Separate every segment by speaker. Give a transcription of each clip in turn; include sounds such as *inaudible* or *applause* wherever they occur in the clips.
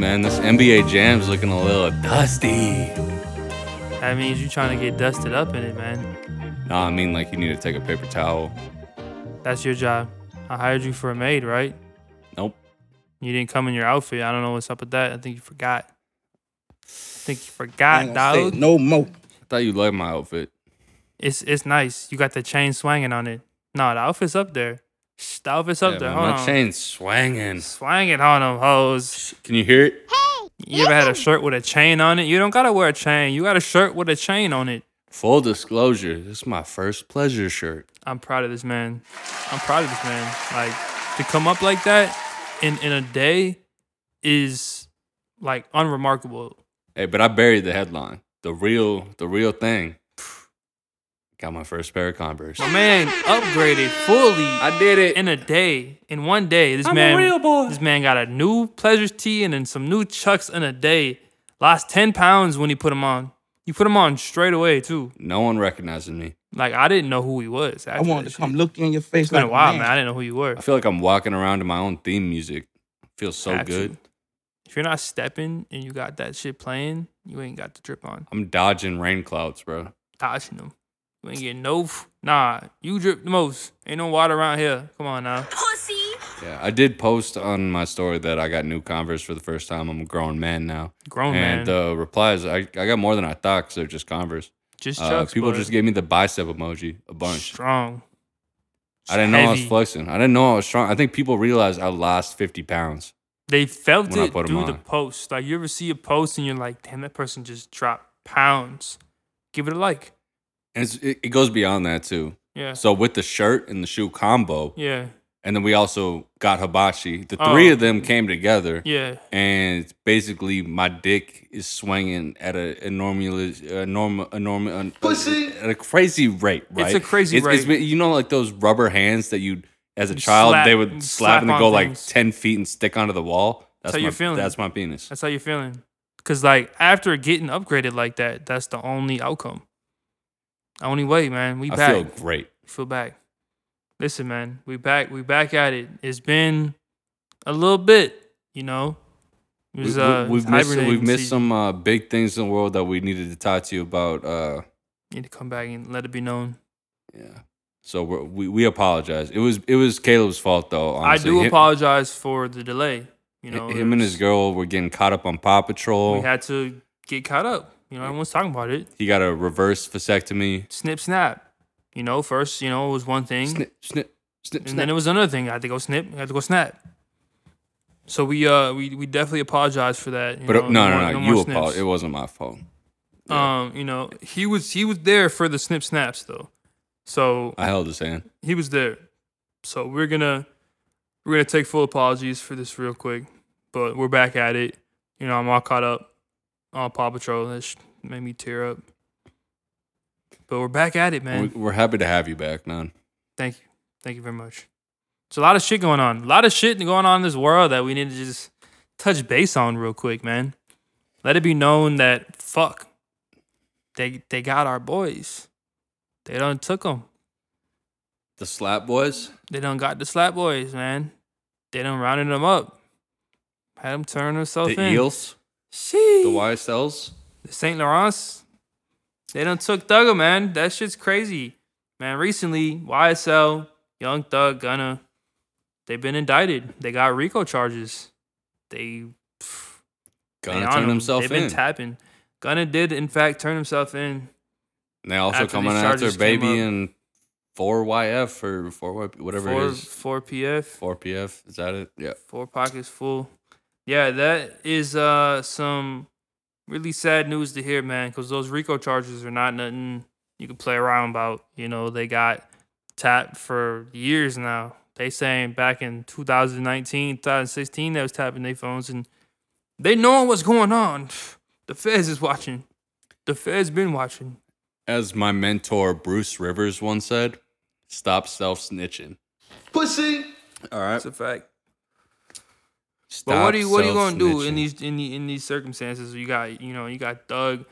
Speaker 1: NBA Jam's looking a little dusty.
Speaker 2: That means you're trying to get dusted up in it, man.
Speaker 1: No, I mean like you need to take a paper towel.
Speaker 2: That's your job. I hired you for a maid, right?
Speaker 1: Nope.
Speaker 2: You didn't come in your outfit. I don't know what's up with that. I think you forgot. I think you forgot, dog.
Speaker 3: no more.
Speaker 1: I thought you liked my outfit.
Speaker 2: It's it's nice. You got the chain swinging on it. No, the outfit's up there. Shh, The outfit's up
Speaker 1: Yeah,
Speaker 2: there.
Speaker 1: man,
Speaker 2: Hold
Speaker 1: my
Speaker 2: on.
Speaker 1: chain's swinging.
Speaker 2: Swang it on them hoes.
Speaker 1: Can you hear it?
Speaker 2: You ever had a shirt with a chain on it? You don't gotta wear a chain. You got a shirt with a chain on it.
Speaker 1: Full disclosure, this is my first pleasure shirt.
Speaker 2: I'm proud of this man. I'm proud of this man. Like to come up like that in in a day is like unremarkable.
Speaker 1: Hey, but I buried the headline. The real, the real thing. *sighs* Got my first pair of Converse.
Speaker 2: My man upgraded fully
Speaker 1: I did it.
Speaker 2: in a day. In one day, this man this man got a new pleasures tee and then some new chucks in a day. Lost ten pounds when he put them on. He put them on straight away too.
Speaker 1: No one recognizes me.
Speaker 2: Like I didn't know who he was.
Speaker 3: I
Speaker 2: after
Speaker 3: wanted
Speaker 2: that
Speaker 3: to
Speaker 2: shit.
Speaker 3: come look you in your face
Speaker 2: It's been
Speaker 3: like
Speaker 2: a while,
Speaker 3: man.
Speaker 2: man. I didn't know who you were.
Speaker 1: I feel like I'm walking around to my own theme music. Feels so
Speaker 2: Got you.
Speaker 1: good.
Speaker 2: If you're not stepping and you got that shit playing, you ain't got the drip on.
Speaker 1: I'm dodging rain clouds, bro.
Speaker 2: Dodging them. You ain't getting no. F- nah, you drip the most. Ain't no water around here. Come on now.
Speaker 1: Yeah, I did post on my story that I got new Converse for the first time. I'm a grown man now.
Speaker 2: Grown Oh, man.
Speaker 1: and uh, the replies, I, I got more than I thought because they're just Converse.
Speaker 2: just
Speaker 1: Uh,
Speaker 2: chucks.
Speaker 1: people
Speaker 2: boy.
Speaker 1: just gave me the bicep emoji a bunch.
Speaker 2: Strong.
Speaker 1: I didn't know I was
Speaker 2: Heavy.
Speaker 1: flexing. I didn't know I was strong. I think people realized I lost 50 pounds.
Speaker 2: They felt
Speaker 1: when I
Speaker 2: it
Speaker 1: put 'em
Speaker 2: through the
Speaker 1: on.
Speaker 2: post. Like you ever see a post and you're like, damn, that person just dropped pounds. Give it a like.
Speaker 1: And it's, it, it goes beyond that too.
Speaker 2: Yeah.
Speaker 1: So with the shirt and the shoe combo,
Speaker 2: yeah.
Speaker 1: and then we also got hibachi. The
Speaker 2: Oh.
Speaker 1: three of them came together,
Speaker 2: Yeah.
Speaker 1: and basically my dick is swinging at a enormous, enormous, enormous, pussy at a crazy rate. Right?
Speaker 2: a crazy
Speaker 1: It's,
Speaker 2: rate.
Speaker 1: it's, you know, like those rubber hands that you, as a
Speaker 2: You
Speaker 1: child,
Speaker 2: slap-
Speaker 1: they
Speaker 2: you
Speaker 1: would
Speaker 2: slap
Speaker 1: slap and
Speaker 2: on
Speaker 1: go
Speaker 2: things.
Speaker 1: like ten feet and stick onto the wall.
Speaker 2: how
Speaker 1: That's
Speaker 2: you're
Speaker 1: my,
Speaker 2: feeling.
Speaker 1: That's my penis.
Speaker 2: That's how you're feeling. Cause like after getting upgraded like that, that's the only outcome. Only way, man. We
Speaker 1: I
Speaker 2: back.
Speaker 1: feel great.
Speaker 2: feel back. Listen, man, we back. We back at it. It's been a little bit, you know. It was,
Speaker 1: we,
Speaker 2: uh,
Speaker 1: have missed
Speaker 2: hibernating
Speaker 1: we've missed
Speaker 2: season.
Speaker 1: some uh, big things in the world that we needed to talk to you about. Uh,
Speaker 2: Need to come back and let it be known.
Speaker 1: yeah. So we're, we we apologize. It was it was Caleb's fault though. Honestly.
Speaker 2: I do
Speaker 1: Him-
Speaker 2: apologize for the delay. You
Speaker 1: hi-
Speaker 2: know,
Speaker 1: him and his girl were getting caught up on Paw Patrol.
Speaker 2: We had to get caught up. You know, everyone's talking about it.
Speaker 1: he got a reverse vasectomy.
Speaker 2: Snip, snap. You know, first, you know, it was one thing.
Speaker 1: Snip snip snip
Speaker 2: And then
Speaker 1: snip.
Speaker 2: it was another thing. I had to go snip. I had to go snap. So we uh we, we definitely apologize for that. you
Speaker 1: but uh,
Speaker 2: know,
Speaker 1: no no
Speaker 2: more-
Speaker 1: no,
Speaker 2: more
Speaker 1: you
Speaker 2: snips.
Speaker 1: apologize. It wasn't my fault.
Speaker 2: Um, you know, he was he was there for the snip snaps though. So
Speaker 1: I held his hand.
Speaker 2: he was there. So we're gonna we're gonna take full apologies for this real quick, but we're back at it. You know, I'm all caught up on Paw Patrol. That sh- made me tear up. But we're back at it, man.
Speaker 1: We- We're happy to have you back, man.
Speaker 2: Thank you. Thank you very much. It's a lot of shit going on. A lot of shit going on in this world that we need to just touch base on real quick, man. Let it be known that fuck, they they got our boys. They done took them.
Speaker 1: The slap boys.
Speaker 2: They done got the slap boys, man. They done rounded them up. Had them turn themselves
Speaker 1: The
Speaker 2: in.
Speaker 1: eels. The
Speaker 2: Sheesh.
Speaker 1: YSLs.
Speaker 2: The St. Lawrence, they done took Thugger, man. That shit's crazy. Man, recently, YSL, Young Thug, Gunna, they've been indicted. They got RICO charges. They, they
Speaker 1: Gonna
Speaker 2: on
Speaker 1: turn
Speaker 2: 'em.
Speaker 1: himself
Speaker 2: They've
Speaker 1: in.
Speaker 2: been tapping. Gunna did, in fact, turn himself in.
Speaker 1: And they also
Speaker 2: after
Speaker 1: coming
Speaker 2: these
Speaker 1: after
Speaker 2: charges came
Speaker 1: baby
Speaker 2: up.
Speaker 1: and four YF or four Y- whatever
Speaker 2: Four,
Speaker 1: it is.
Speaker 2: four PF,
Speaker 1: Four PF is that it? Yeah.
Speaker 2: four pockets full. Yeah, that is uh some really sad news to hear, man. Because those RICO charges are not nothing you can play around about. You know, they got tapped for years now. They saying back in 2019, 2016, they was tapping their phones and they knowing what's going on. The feds is watching. The feds been watching.
Speaker 1: As my mentor Bruce Rivers once said, "Stop self snitching." Pussy. All right.
Speaker 2: That's a fact.
Speaker 1: Stop
Speaker 2: But what are you what are you gonna do
Speaker 1: self-snitching.
Speaker 2: in these in the, in these circumstances? You got you know you got Thug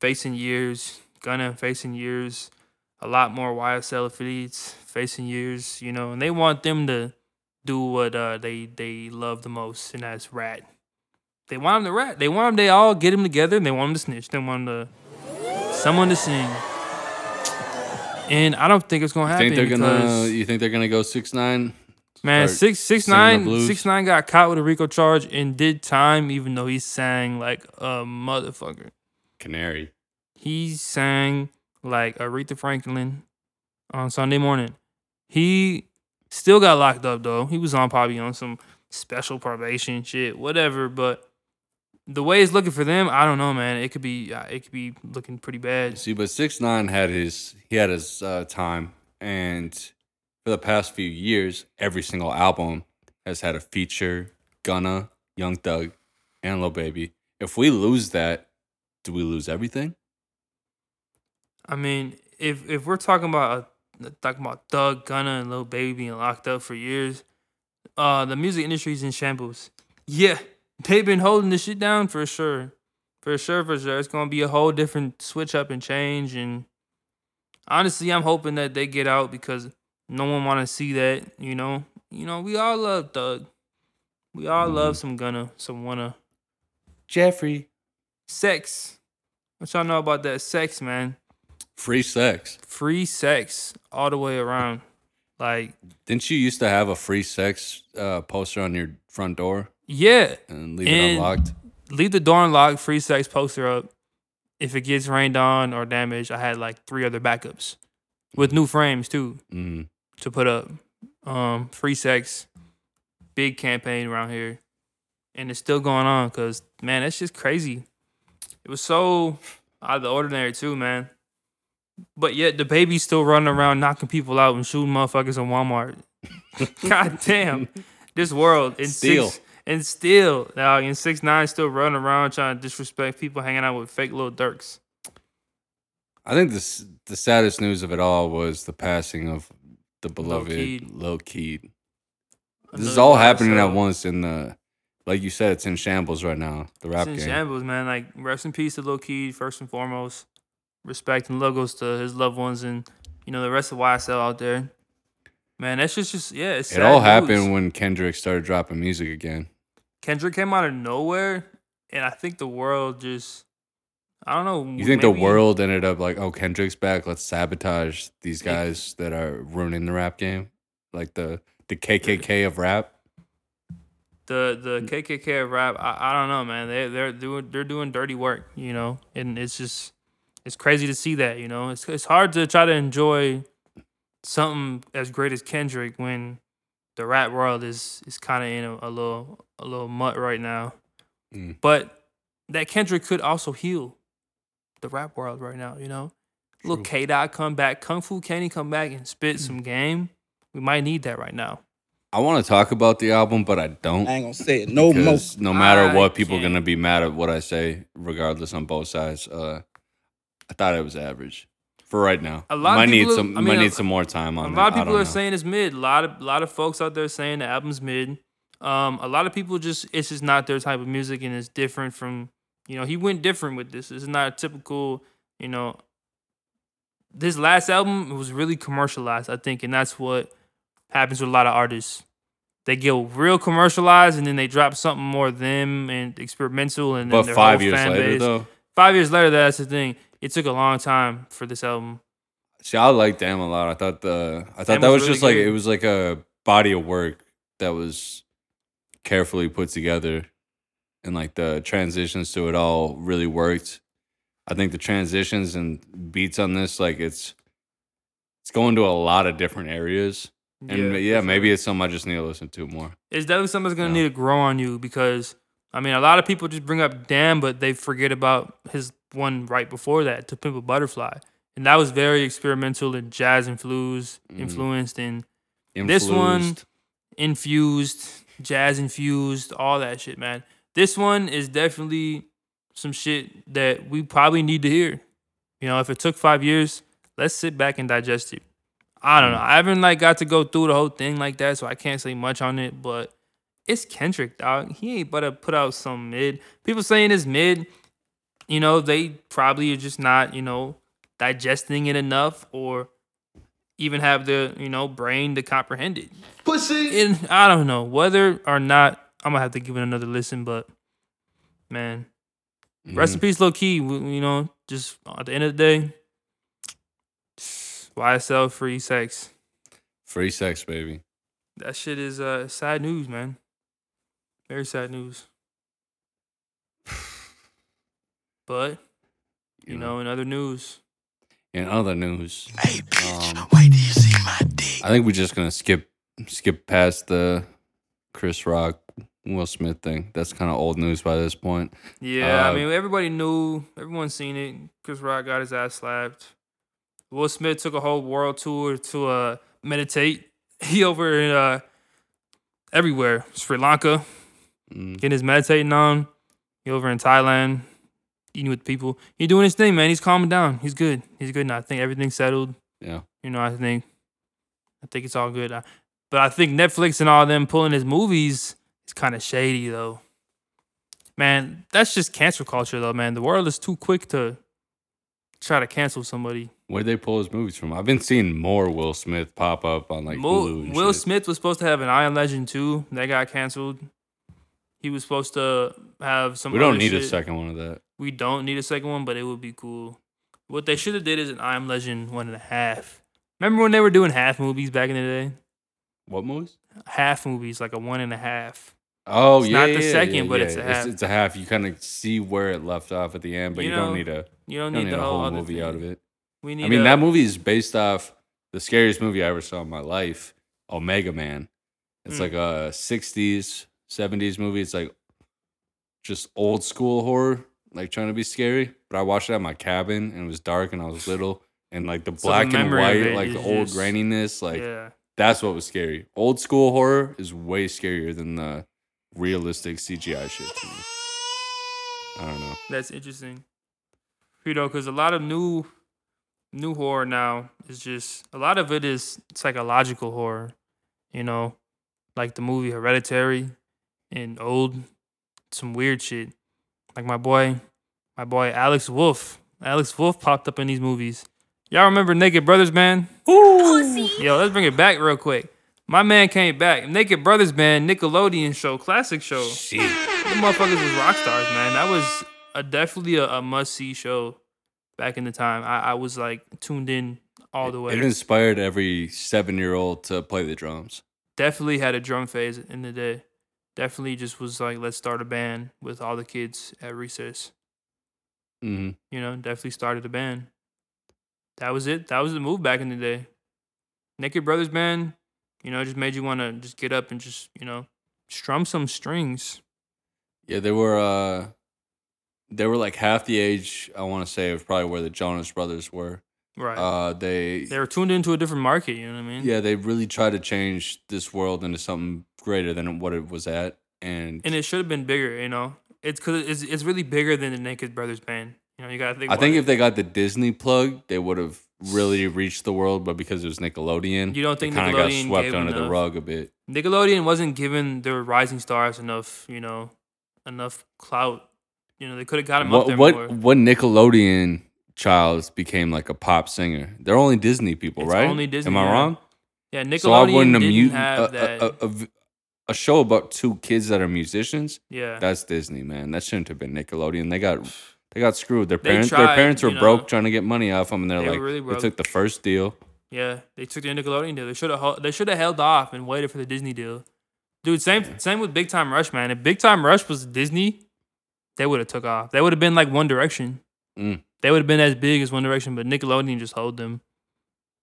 Speaker 2: facing years, Gunna facing years, a lot more YSL affiliates facing years. You know, and they want them to do what uh, they they love the most, and that's rat. They want him to rap. They want him. They all get him together, and they want him to snitch. They want him to someone to sing. And I don't think it's gonna happen.
Speaker 1: Think they're gonna?
Speaker 2: because,
Speaker 1: You think they're gonna go six nine?
Speaker 2: man,
Speaker 1: start
Speaker 2: six six
Speaker 1: singing the
Speaker 2: nine
Speaker 1: blues?
Speaker 2: six nine got caught with a RICO charge and did time, even though he sang like a motherfucker.
Speaker 1: Canary.
Speaker 2: He sang like Aretha Franklin on Sunday morning. He still got locked up though. He was on probably on some special probation shit, whatever. But the way it's looking for them, I don't know, man. It could be uh, it could be looking pretty bad.
Speaker 1: See, but six nine had his he had his uh, time, and for the past few years, every single album has had a feature: Gunna, Young Thug, and Lil Baby. If we lose that, do we lose everything?
Speaker 2: I mean, if if we're talking about uh, talking about Thug, Gunna, and Lil Baby being locked up for years, uh, the music industry's in shambles. Yeah, they've been holding this shit down for sure, for sure, for sure. It's gonna be a whole different switch up and change. And honestly, I'm hoping that they get out because no one want to see that. You know, you know, we all love Thug, we all love some Gunna, some wanna
Speaker 1: Jeffrey,
Speaker 2: sex. What y'all know about that sex, man?
Speaker 1: free sex.
Speaker 2: free sex all the way around. Like,
Speaker 1: Didn't you used to have a free sex uh, poster on your front door
Speaker 2: yeah,
Speaker 1: and leave it
Speaker 2: And-
Speaker 1: unlocked?
Speaker 2: leave the door unlocked, free sex poster up. If it gets rained on or damaged, I had like three other backups with new frames too
Speaker 1: Mm.
Speaker 2: to put up. Um, free sex, big campaign around here, and it's still going on because man, that's just crazy. It was so out of the ordinary too, man. But yet the baby's still running around knocking people out and shooting motherfuckers in Walmart. *laughs* God damn, this world and
Speaker 1: Still.
Speaker 2: six and still now and six nine still running around trying to disrespect people hanging out with fake little dirks.
Speaker 1: I think this the saddest news of it all was the passing of the beloved
Speaker 2: Keed.
Speaker 1: Lil Keed. This is
Speaker 2: Another
Speaker 1: all
Speaker 2: guy,
Speaker 1: happening
Speaker 2: so-
Speaker 1: at once, and uh, like you said, it's in shambles right now. The rap
Speaker 2: It's in
Speaker 1: game.
Speaker 2: shambles, man. Like rest in peace to Lil Key, first and foremost. Respect and love goes to his loved ones and you know the rest of YSL out there. Man, that's just just yeah. It's
Speaker 1: it all
Speaker 2: sad news.
Speaker 1: happened when Kendrick started dropping music again.
Speaker 2: Kendrick came out of nowhere, and I think the world just I don't know.
Speaker 1: You think the
Speaker 2: maybe-
Speaker 1: world ended up like, oh, Kendrick's back. Let's sabotage these guys that are ruining the rap game, like the the KKK of rap.
Speaker 2: the the KKK of rap. I, I don't know, man. They they're doing they're doing dirty work, you know, and it's just it's crazy to see that, you know. It's it's hard to try to enjoy something as great as Kendrick when the rap world is is kind of in a, a little a little mutt right now.
Speaker 1: Mm.
Speaker 2: But that Kendrick could also heal the rap world right now, you know. Little
Speaker 1: True. Mm.
Speaker 2: K Dot come back, Kung Fu Kenny come back and spit some game. We might need that right now.
Speaker 1: I want to talk about the album, but I don't.
Speaker 3: I ain't gonna say it
Speaker 4: Oh,
Speaker 3: no more.
Speaker 1: because no matter
Speaker 2: I
Speaker 1: what, people are
Speaker 2: can't.
Speaker 1: gonna be mad at what I say, regardless on both sides. Uh, I thought it was average for right now.
Speaker 2: A lot of
Speaker 1: might
Speaker 2: people
Speaker 1: need
Speaker 2: are-
Speaker 1: some.
Speaker 2: I mean,
Speaker 1: might
Speaker 2: a-
Speaker 1: need some more time on.
Speaker 2: A
Speaker 1: it.
Speaker 2: lot of
Speaker 1: I
Speaker 2: people
Speaker 1: don't
Speaker 2: are
Speaker 1: know.
Speaker 2: saying it's mid. A lot of lot of folks out there saying the album's mid. Um, a lot of people just it's just not their type of music and it's different from you know he went different with this. It's not a typical you know. This last album was really commercialized, I think, and that's what happens with a lot of artists. They get real commercialized and then they drop something more them and experimental and then
Speaker 1: But
Speaker 2: their
Speaker 1: five
Speaker 2: whole
Speaker 1: years
Speaker 2: fan
Speaker 1: later,
Speaker 2: base.
Speaker 1: though,
Speaker 2: Five years later, that's the thing. It took a long time for this album.
Speaker 1: see, I liked Damn a lot. I thought the. I thought
Speaker 2: Damn
Speaker 1: that was,
Speaker 2: was
Speaker 1: just
Speaker 2: really
Speaker 1: like
Speaker 2: good.
Speaker 1: it was like a body of work that was carefully put together, and like the transitions to it all really worked. I think the transitions and beats on this, like it's, it's going to a lot of different areas. And yeah,
Speaker 2: for sure.
Speaker 1: maybe it's something I just need to listen to more.
Speaker 2: it's definitely something that's gonna
Speaker 1: Yeah.
Speaker 2: need to grow on you because I mean a lot of people just bring up Damn, but they forget about his one right before that, To Pimp a Butterfly, and that was very experimental and jazz and blues
Speaker 1: Mhm.
Speaker 2: influenced and This one- infused, jazz infused, all that shit, man. This one is definitely some shit that we probably need to hear. You know, if it took five years, let's sit back and digest it. I don't know. I haven't like got to go through the whole thing like that, so I can't say much on it. But it's Kendrick, dog. He ain't but to put out some mid. People saying it's mid. You know, they probably are just not. You know, digesting it enough, or even have the you know brain to comprehend it and I don't know whether or not I'm gonna have to give it another listen, but man.
Speaker 1: Mm. Mm-hmm.
Speaker 2: Rest in peace, low key. w- You know, just at the end of the day, YSL free sex.
Speaker 1: Free sex, baby.
Speaker 2: That shit is uh sad news, man. Very sad news. But you know, in other news,
Speaker 1: In other news,
Speaker 3: Hey, bitch,
Speaker 1: Um,
Speaker 3: wait till you see my dick.
Speaker 1: I think we're just gonna skip skip past the Chris Rock Will Smith thing. That's kind of old news by this point.
Speaker 2: yeah,
Speaker 1: Uh,
Speaker 2: I mean, everybody knew, everyone seen it. Chris Rock got his ass slapped. Will Smith took a whole world tour to uh meditate. *laughs* He over in uh everywhere, Sri Lanka.
Speaker 1: Mm,
Speaker 2: getting his meditating on. He over in Thailand, eating with people. He doing his thing, man. He's calming down. He's good. He's good now. I think everything's settled.
Speaker 1: yeah,
Speaker 2: You know, I think, I think it's all good. I, but I think Netflix and all them pulling his movies is kind of shady though. Man, that's just cancel culture though, man. The world is too quick to try to cancel somebody.
Speaker 1: where'd they pull his movies from? I've been seeing more Will Smith pop up on like
Speaker 2: Mo-
Speaker 1: Hulu. And
Speaker 2: Will
Speaker 1: shit.
Speaker 2: Smith was supposed to have an Iron Legend too. That got canceled. He was supposed to have some.
Speaker 1: We don't
Speaker 2: other
Speaker 1: need a
Speaker 2: shit.
Speaker 1: second one of that.
Speaker 2: we don't need a second one, but it would be cool. What they should have did is an I Am Legend one and a half. Remember when they were doing half movies back in the day?
Speaker 1: What movies?
Speaker 2: Half movies, like a one and a half.
Speaker 1: Oh
Speaker 2: It's
Speaker 1: yeah,
Speaker 2: not the
Speaker 1: yeah,
Speaker 2: second,
Speaker 1: yeah,
Speaker 2: but
Speaker 1: yeah.
Speaker 2: it's a half.
Speaker 1: It's, a half. You kind of see where it left off at the end, but you,
Speaker 2: You
Speaker 1: don't
Speaker 2: know,
Speaker 1: need a
Speaker 2: You don't
Speaker 1: you don't
Speaker 2: need,
Speaker 1: need
Speaker 2: the
Speaker 1: a
Speaker 2: whole,
Speaker 1: whole
Speaker 2: other
Speaker 1: movie
Speaker 2: thing.
Speaker 1: out of it.
Speaker 2: We need
Speaker 1: I mean,
Speaker 2: a-
Speaker 1: that movie is based off the scariest movie I ever saw in my life, Omega Man. It's
Speaker 2: Mm.
Speaker 1: like a 60s, 70s movie. It's like just old school horror, like trying to be scary. But I watched it at my cabin and it was dark and I was little. And like the
Speaker 2: *sighs* So the
Speaker 1: black and
Speaker 2: memory of
Speaker 1: white,
Speaker 2: it
Speaker 1: like the
Speaker 2: is
Speaker 1: old
Speaker 2: just-
Speaker 1: graininess, like
Speaker 2: yeah.
Speaker 1: that's what was scary. Old school horror is way scarier than the realistic CGI shit to me. I don't know.
Speaker 2: That's interesting. You know, because a lot of new new horror now is just a lot of it is psychological horror. You know, like the movie Hereditary and old some weird shit. Like my boy, my boy Alex Wolf. Alex Wolf popped up in these movies. Y'all remember Naked Brothers, man? Yo, let's bring it back real quick. My man came back. Naked Brothers Band, Nickelodeon show, classic show. The motherfuckers was rock stars, man. That was a, definitely a, a must see show back in the time. I, I was like tuned in all the
Speaker 1: It
Speaker 2: way.
Speaker 1: inspired every seven year old to play the drums.
Speaker 2: Definitely had a drum phase in the day. Definitely just was like, let's start a band with all the kids at recess.
Speaker 1: hmm
Speaker 2: You know, definitely started a band. That was it. That was the move back in the day. Naked Brothers Band, you know, just made you want to just get up and just, you know, strum some strings.
Speaker 1: Yeah, they were uh they were like half the age I want to say of probably where the Jonas Brothers were.
Speaker 2: Right.
Speaker 1: Uh they
Speaker 2: they were tuned into a different market, you know what I mean?
Speaker 1: yeah, they really tried to change this world into something greater than what it was at and,
Speaker 2: and it should have been bigger. You know, it's because it's, it's really bigger than the Naked Brothers band. You know, you gotta think.
Speaker 1: I
Speaker 2: about
Speaker 1: think
Speaker 2: it.
Speaker 1: if they got the Disney plug, they would have really reached the world, but because it was Nickelodeon,
Speaker 2: You don't think
Speaker 1: kind of got
Speaker 2: Nickelodeon
Speaker 1: swept
Speaker 2: gave
Speaker 1: under the
Speaker 2: enough?
Speaker 1: rug a bit.
Speaker 2: Nickelodeon wasn't given their rising stars enough, you know, enough clout. You know, they could have got them up
Speaker 1: What
Speaker 2: there
Speaker 1: what
Speaker 2: more.
Speaker 1: what Nickelodeon child became like a pop singer? They're only Disney people,
Speaker 2: It's
Speaker 1: right?
Speaker 2: only Disney,
Speaker 1: Am I
Speaker 2: yeah.
Speaker 1: wrong?
Speaker 2: Yeah, Nickelodeon
Speaker 1: So I wouldn't uh, a
Speaker 2: didn't
Speaker 1: mu-
Speaker 2: have
Speaker 1: a,
Speaker 2: that.
Speaker 1: a, a, a, a show about two kids that are musicians.
Speaker 2: yeah,
Speaker 1: That's Disney, man. That shouldn't have been Nickelodeon. They got they got screwed. Their
Speaker 2: They
Speaker 1: parents their
Speaker 2: tried,
Speaker 1: parents were
Speaker 2: you know.
Speaker 1: broke trying to get money off them, and they're
Speaker 2: They were
Speaker 1: like
Speaker 2: really
Speaker 1: they
Speaker 2: broke.
Speaker 1: took the first deal.
Speaker 2: yeah, they took the Nickelodeon deal. They should have they should have held off and waited for the Disney deal. Dude, same same with Big Time Rush, man. If Big Time Rush was Disney, they would have took off. They would have been like One Direction.
Speaker 1: Mm.
Speaker 2: They would have been as big as One Direction, but Nickelodeon just hold them.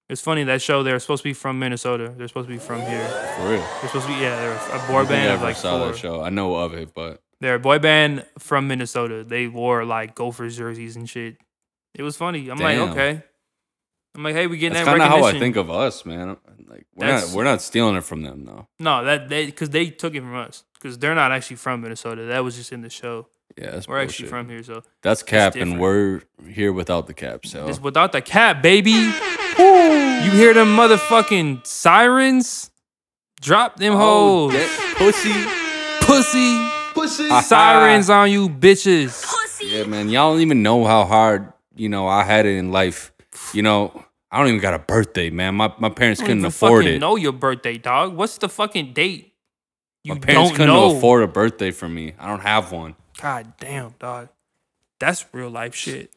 Speaker 2: It's funny that show. They're supposed to be from Minnesota. They're supposed to be from here.
Speaker 1: For real,
Speaker 2: They're supposed to be yeah. They're a
Speaker 1: I don't think
Speaker 2: boy
Speaker 1: I
Speaker 2: band of
Speaker 1: ever
Speaker 2: like
Speaker 1: saw that
Speaker 2: four.
Speaker 1: show. I know of it, but
Speaker 2: They're a boy band from Minnesota. They wore like Gophers jerseys and shit. It was funny. I'm
Speaker 1: Damn.
Speaker 2: like okay. I'm like hey, we getting
Speaker 1: that's
Speaker 2: that
Speaker 1: kind of
Speaker 2: recognition.
Speaker 1: how I think of us, man. Like we're
Speaker 2: That's-
Speaker 1: not we're not stealing it from them though.
Speaker 2: No, that they because they took it from us because they're not actually from Minnesota. That was just in the show.
Speaker 1: Yeah, that's
Speaker 2: We're
Speaker 1: bullshit.
Speaker 2: actually
Speaker 1: Oh.
Speaker 2: from here, so
Speaker 1: That's cap, and
Speaker 2: different.
Speaker 1: we're here without the cap. So
Speaker 2: It's without the cap, baby. You hear them motherfucking sirens? Drop them
Speaker 1: Oh,
Speaker 2: hoes.
Speaker 1: that pussy. *laughs*
Speaker 2: Pussy. Sirens on you, bitches.
Speaker 1: Yeah, man. Y'all don't even know how hard, you know, I had it in life. You know, I don't even got a birthday, man. My my parents
Speaker 2: You don't
Speaker 1: couldn't
Speaker 2: even
Speaker 1: afford
Speaker 2: fucking
Speaker 1: it.
Speaker 2: know your birthday, dog. What's the fucking date? You
Speaker 1: my parents
Speaker 2: don't
Speaker 1: couldn't
Speaker 2: know.
Speaker 1: afford a birthday for me. I don't have one.
Speaker 2: God damn, dog. That's real life shit.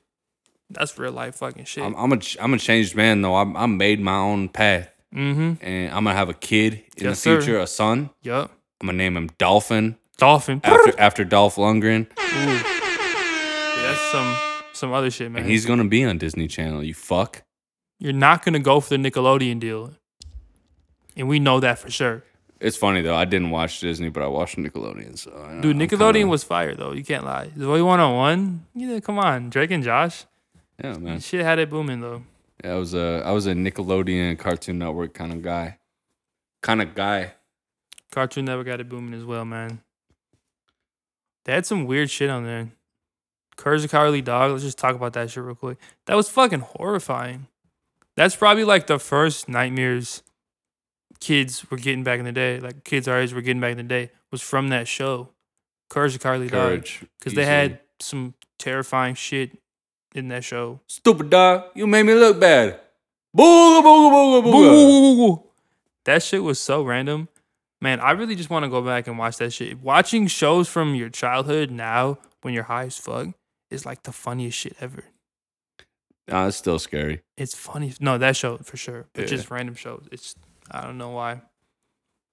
Speaker 2: That's real life fucking shit.
Speaker 1: I'm, I'm a ch- I'm a changed man though. I'm, I made my own path,
Speaker 2: mm-hmm.
Speaker 1: and I'm gonna have a kid in the
Speaker 2: Yes, sir.
Speaker 1: future, a son.
Speaker 2: Yup.
Speaker 1: I'm gonna name him Dolphin
Speaker 2: Dolphin. *laughs*
Speaker 1: after after Dolph Lundgren,
Speaker 2: That's some some other shit, man.
Speaker 1: and he's gonna be on Disney Channel. You fuck.
Speaker 2: You're not gonna go for the Nickelodeon deal, and we know that for sure.
Speaker 1: It's funny though. I didn't watch Disney, but I watched Nickelodeon. So I-
Speaker 2: Dude,
Speaker 1: I'm
Speaker 2: Nickelodeon
Speaker 1: kinda-
Speaker 2: was fire though. You can't lie. Zoe one on one. Yeah, come on, Drake and Josh.
Speaker 1: yeah, man.
Speaker 2: Shit had it booming though.
Speaker 1: I was a I was a Nickelodeon Cartoon Network kind of guy, kind of guy.
Speaker 2: Cartoon Network got it booming as well, man. They had some weird shit on there. Courage the Cowardly Dog. Let's just talk about that shit real quick. That was fucking horrifying. That's probably like the first nightmares kids were getting back in the day. Like kids our age were getting back in the day was from that show, Courage the Cowardly Dog,
Speaker 1: Courage,
Speaker 2: because they
Speaker 1: easily.
Speaker 2: had some terrifying shit in that show.
Speaker 1: stupid dog. You made me look bad. Booga booga booga booga.
Speaker 2: That shit was so random. Man, I really just want to go back and watch that shit. Watching shows from your childhood now when you're high as fuck is like the funniest shit ever.
Speaker 1: Nah, it's still scary.
Speaker 2: It's funny. No, that show for sure. But
Speaker 1: Yeah.
Speaker 2: just random shows. It's I don't know why.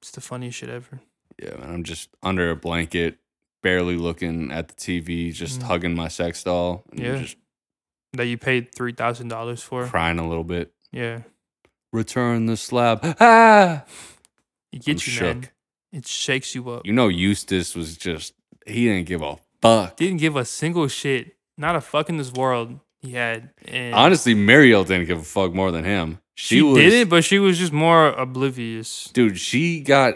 Speaker 2: It's the funniest shit ever.
Speaker 1: Yeah, man. I'm just under a blanket, barely looking at the TV, just
Speaker 2: Mm.
Speaker 1: hugging my sex doll, and
Speaker 2: Yeah.
Speaker 1: just
Speaker 2: That you paid three thousand dollars for.
Speaker 1: crying a little bit.
Speaker 2: Yeah.
Speaker 1: Return the slab. Ah,
Speaker 2: It
Speaker 1: I'm
Speaker 2: gets you, man. It shakes you up.
Speaker 1: You know, Eustace was just he didn't give a fuck.
Speaker 2: Didn't give a single shit. Not a fuck in this world he had. And
Speaker 1: Honestly, Mariel didn't give a fuck more than him. She,
Speaker 2: she,
Speaker 1: was,
Speaker 2: did it, but she was just more oblivious.
Speaker 1: dude. She got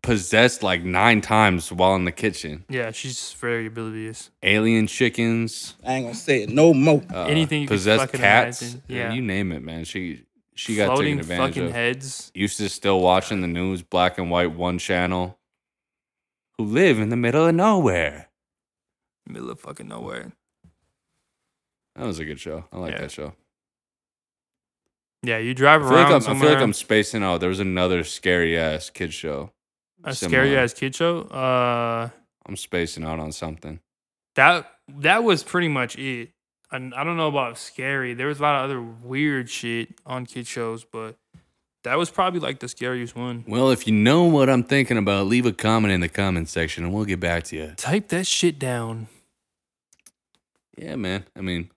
Speaker 1: possessed like nine times while in the kitchen.
Speaker 2: Yeah, she's very oblivious.
Speaker 1: Alien chickens.
Speaker 4: I ain't gonna say it no more.
Speaker 1: uh,
Speaker 2: Anything you could
Speaker 1: possessed
Speaker 2: fucking
Speaker 1: cats.
Speaker 2: imagine.
Speaker 1: Yeah,
Speaker 2: Yeah.
Speaker 1: you name it, man. She she got
Speaker 2: floating
Speaker 1: taken advantage
Speaker 2: fucking
Speaker 1: of.
Speaker 2: heads.
Speaker 1: Used to still watching the news, black and white, one channel. Who live in the middle of nowhere?
Speaker 2: Middle of fucking nowhere.
Speaker 1: That was a good show. I like
Speaker 2: Yeah.
Speaker 1: that show.
Speaker 2: Yeah, you drive
Speaker 1: I feel,
Speaker 2: around
Speaker 1: like I'm, I feel
Speaker 2: somewhere.
Speaker 1: like I'm spacing out. There was another scary ass kid show.
Speaker 2: a
Speaker 1: similar.
Speaker 2: scary ass kid show. Uh,
Speaker 1: I'm spacing out on something.
Speaker 2: that that was pretty much it. I, I don't know about scary. There was a lot of other weird shit on kid shows, but that was probably like the scariest one.
Speaker 1: Well, if you know what I'm thinking about, leave a comment in the comment section and we'll get back to you.
Speaker 2: Type that shit down.
Speaker 1: Yeah, man. I mean,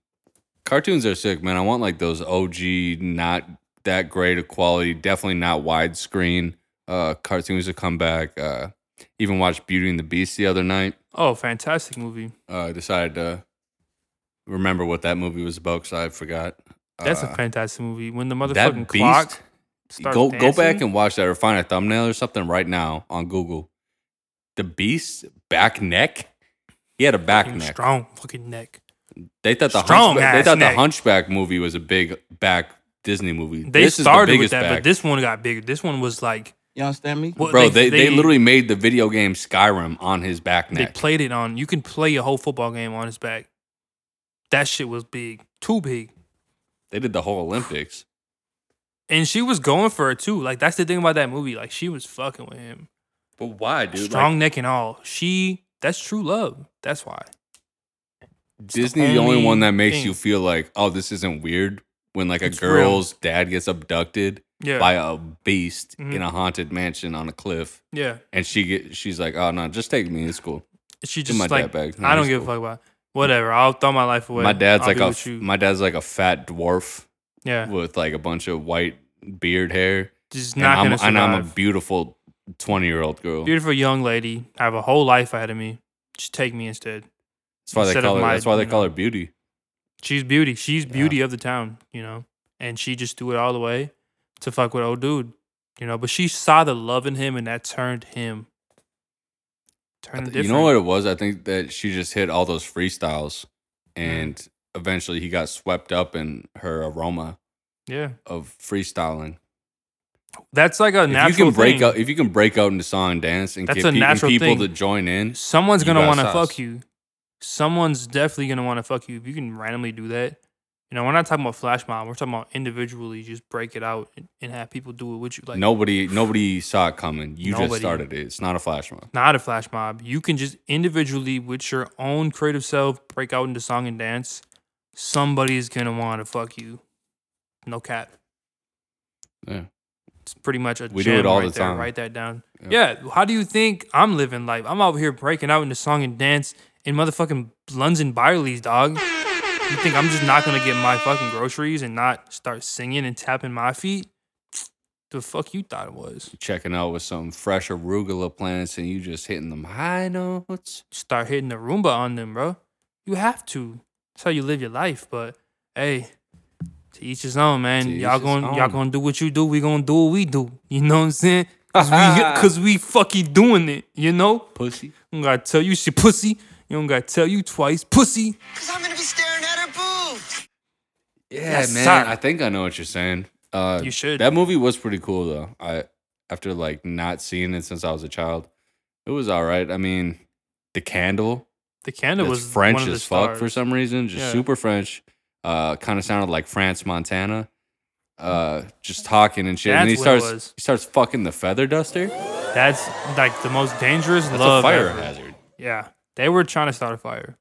Speaker 1: cartoons are sick, man. I want like those OG, not that great of quality, definitely not widescreen uh, cartoons to come back. Uh, even watched Beauty and the Beast the other night.
Speaker 2: Oh, fantastic movie.
Speaker 1: Uh, I decided to remember what that movie was about because I forgot.
Speaker 2: That's
Speaker 1: Uh,
Speaker 2: a fantastic movie. When the
Speaker 1: that
Speaker 2: motherfucking
Speaker 1: beast.
Speaker 2: clock starts
Speaker 1: go go back
Speaker 2: dancing,
Speaker 1: and watch that, or find a thumbnail or something right now on Google. The Beast back neck. He had a back
Speaker 2: fucking
Speaker 1: neck.
Speaker 2: strong fucking neck.
Speaker 1: They thought the
Speaker 2: Strong
Speaker 1: hunchback, they
Speaker 2: ass
Speaker 1: thought
Speaker 2: neck.
Speaker 1: the Hunchback movie was a big back Disney movie.
Speaker 2: They
Speaker 1: This is the
Speaker 2: started with
Speaker 1: biggest
Speaker 2: that,
Speaker 1: back.
Speaker 2: but this one got bigger. This one was like
Speaker 4: You understand me?
Speaker 2: what
Speaker 1: bro, they, they, literally made the video game Skyrim on his back
Speaker 2: they
Speaker 1: neck.
Speaker 2: played it on. You can play a whole football game on his back. That shit was big, too big.
Speaker 1: They, did the whole Olympics.
Speaker 2: And she was going for it too. Like that's the thing about that movie. Like she was fucking with him,
Speaker 1: But why, dude?
Speaker 2: strong
Speaker 1: Like,
Speaker 2: neck and all. She that's true love. That's why.
Speaker 1: Disney's the only
Speaker 2: only
Speaker 1: one that makes
Speaker 2: thing.
Speaker 1: you feel like, oh, this isn't weird. When like a
Speaker 2: It's real.
Speaker 1: girl's dad gets abducted
Speaker 2: Yeah,
Speaker 1: by a beast
Speaker 2: Mhm.
Speaker 1: in a haunted mansion on a cliff,
Speaker 2: yeah.
Speaker 1: and she get, she's like, oh no, just take me. It's cool.
Speaker 2: She
Speaker 1: Give
Speaker 2: just
Speaker 1: my dad
Speaker 2: like
Speaker 1: back. No,
Speaker 2: I don't
Speaker 1: it's
Speaker 2: give
Speaker 1: cool.
Speaker 2: a fuck about. it. Whatever. I'll throw my life away.
Speaker 1: My dad's
Speaker 2: I'll
Speaker 1: like
Speaker 2: be
Speaker 1: a
Speaker 2: with
Speaker 1: f-
Speaker 2: you.
Speaker 1: my dad's like a fat dwarf
Speaker 2: yeah.
Speaker 1: with like a bunch of white beard hair.
Speaker 2: Just
Speaker 1: And
Speaker 2: not
Speaker 1: I'm,
Speaker 2: gonna survive.
Speaker 1: and I'm a beautiful 20 year old girl.
Speaker 2: beautiful young lady. I have a whole life ahead of me. Just take me instead.
Speaker 1: That's why they
Speaker 2: instead of
Speaker 1: call her.
Speaker 2: my,
Speaker 1: that's why they
Speaker 2: you
Speaker 1: call
Speaker 2: know.
Speaker 1: her beauty.
Speaker 2: She's beauty. She's
Speaker 1: Yeah.
Speaker 2: beauty of the town, you know. And she just threw it all away to fuck with old dude, you know. But she saw the love in him, and that turned him.
Speaker 1: I
Speaker 2: Turned him
Speaker 1: th- you
Speaker 2: different.
Speaker 1: know what it was? I think that she just hit all those freestyles,
Speaker 2: Mm.
Speaker 1: and eventually he got swept up in her aroma
Speaker 2: Yeah,
Speaker 1: of freestyling.
Speaker 2: that's like a natural.
Speaker 1: if you can break
Speaker 2: thing.
Speaker 1: out, if you can break out into song and dance and
Speaker 2: That's
Speaker 1: get pe-
Speaker 2: a
Speaker 1: and
Speaker 2: natural
Speaker 1: people
Speaker 2: thing.
Speaker 1: to join in,
Speaker 2: someone's
Speaker 1: you
Speaker 2: gonna
Speaker 1: got
Speaker 2: want to
Speaker 1: sauce.
Speaker 2: fuck you. Someone's definitely gonna want to fuck you if you can randomly do that. You know, we're not talking about flash mob. We're talking about individually just break it out and, and have people do it with you. Like
Speaker 1: nobody, nobody saw it coming. You just
Speaker 2: Nobody.
Speaker 1: started it. It's not a flash mob.
Speaker 2: not a flash mob. You can just individually with your own creative self break out into song and dance. Somebody's gonna want to fuck you. No cap.
Speaker 1: Yeah.
Speaker 2: It's pretty much a
Speaker 1: We do
Speaker 2: gem
Speaker 1: it all
Speaker 2: right
Speaker 1: the
Speaker 2: there.
Speaker 1: time.
Speaker 2: Write that down.
Speaker 1: Yeah.
Speaker 2: Yeah. How do you think I'm living life? I'm out here breaking out into song and dance in motherfucking Lunds and Byerly's, dog. You think I'm just not gonna get my fucking groceries and not start singing and tapping my feet? The fuck you thought it was?
Speaker 1: Checking out with some fresh arugula plants and you just hitting them high notes.
Speaker 2: Start hitting the Roomba on them, bro. You have to. That's how you live your life. But hey, to each his own, man.
Speaker 1: To each
Speaker 2: y'all
Speaker 1: his
Speaker 2: gonna y'all
Speaker 1: own.
Speaker 2: gonna do what you do. We gonna do what we do. *laughs* You know what I'm saying?
Speaker 1: *laughs*
Speaker 2: Cause we, *laughs* cause we fucking doing it. You know.
Speaker 1: Pussy.
Speaker 2: I don't gotta tell you she pussy. You don't gotta tell you twice, pussy.
Speaker 3: Cause I'm gonna be staring at her boobs.
Speaker 1: Yeah,
Speaker 2: Yes,
Speaker 1: man.
Speaker 2: sir.
Speaker 1: I think I know what you're saying. Uh,
Speaker 2: You should.
Speaker 1: That movie was pretty cool though. I after like not seeing it since I was a child, it was all right. I mean, the candle
Speaker 2: the candle
Speaker 1: that's
Speaker 2: was
Speaker 1: French
Speaker 2: one of the
Speaker 1: as fuck for
Speaker 2: stars.
Speaker 1: some reason, just
Speaker 2: Yeah.
Speaker 1: super French. Uh, kind of sounded like France Montana. Uh, just talking and shit. and
Speaker 2: Mm. That's
Speaker 1: he
Speaker 2: what it
Speaker 1: starts
Speaker 2: was.
Speaker 1: he starts fucking the feather duster. That's
Speaker 2: That's like the most dangerous
Speaker 1: a
Speaker 2: love.
Speaker 1: fire
Speaker 2: ever.
Speaker 1: hazard.
Speaker 2: Yeah, they were trying to start a fire,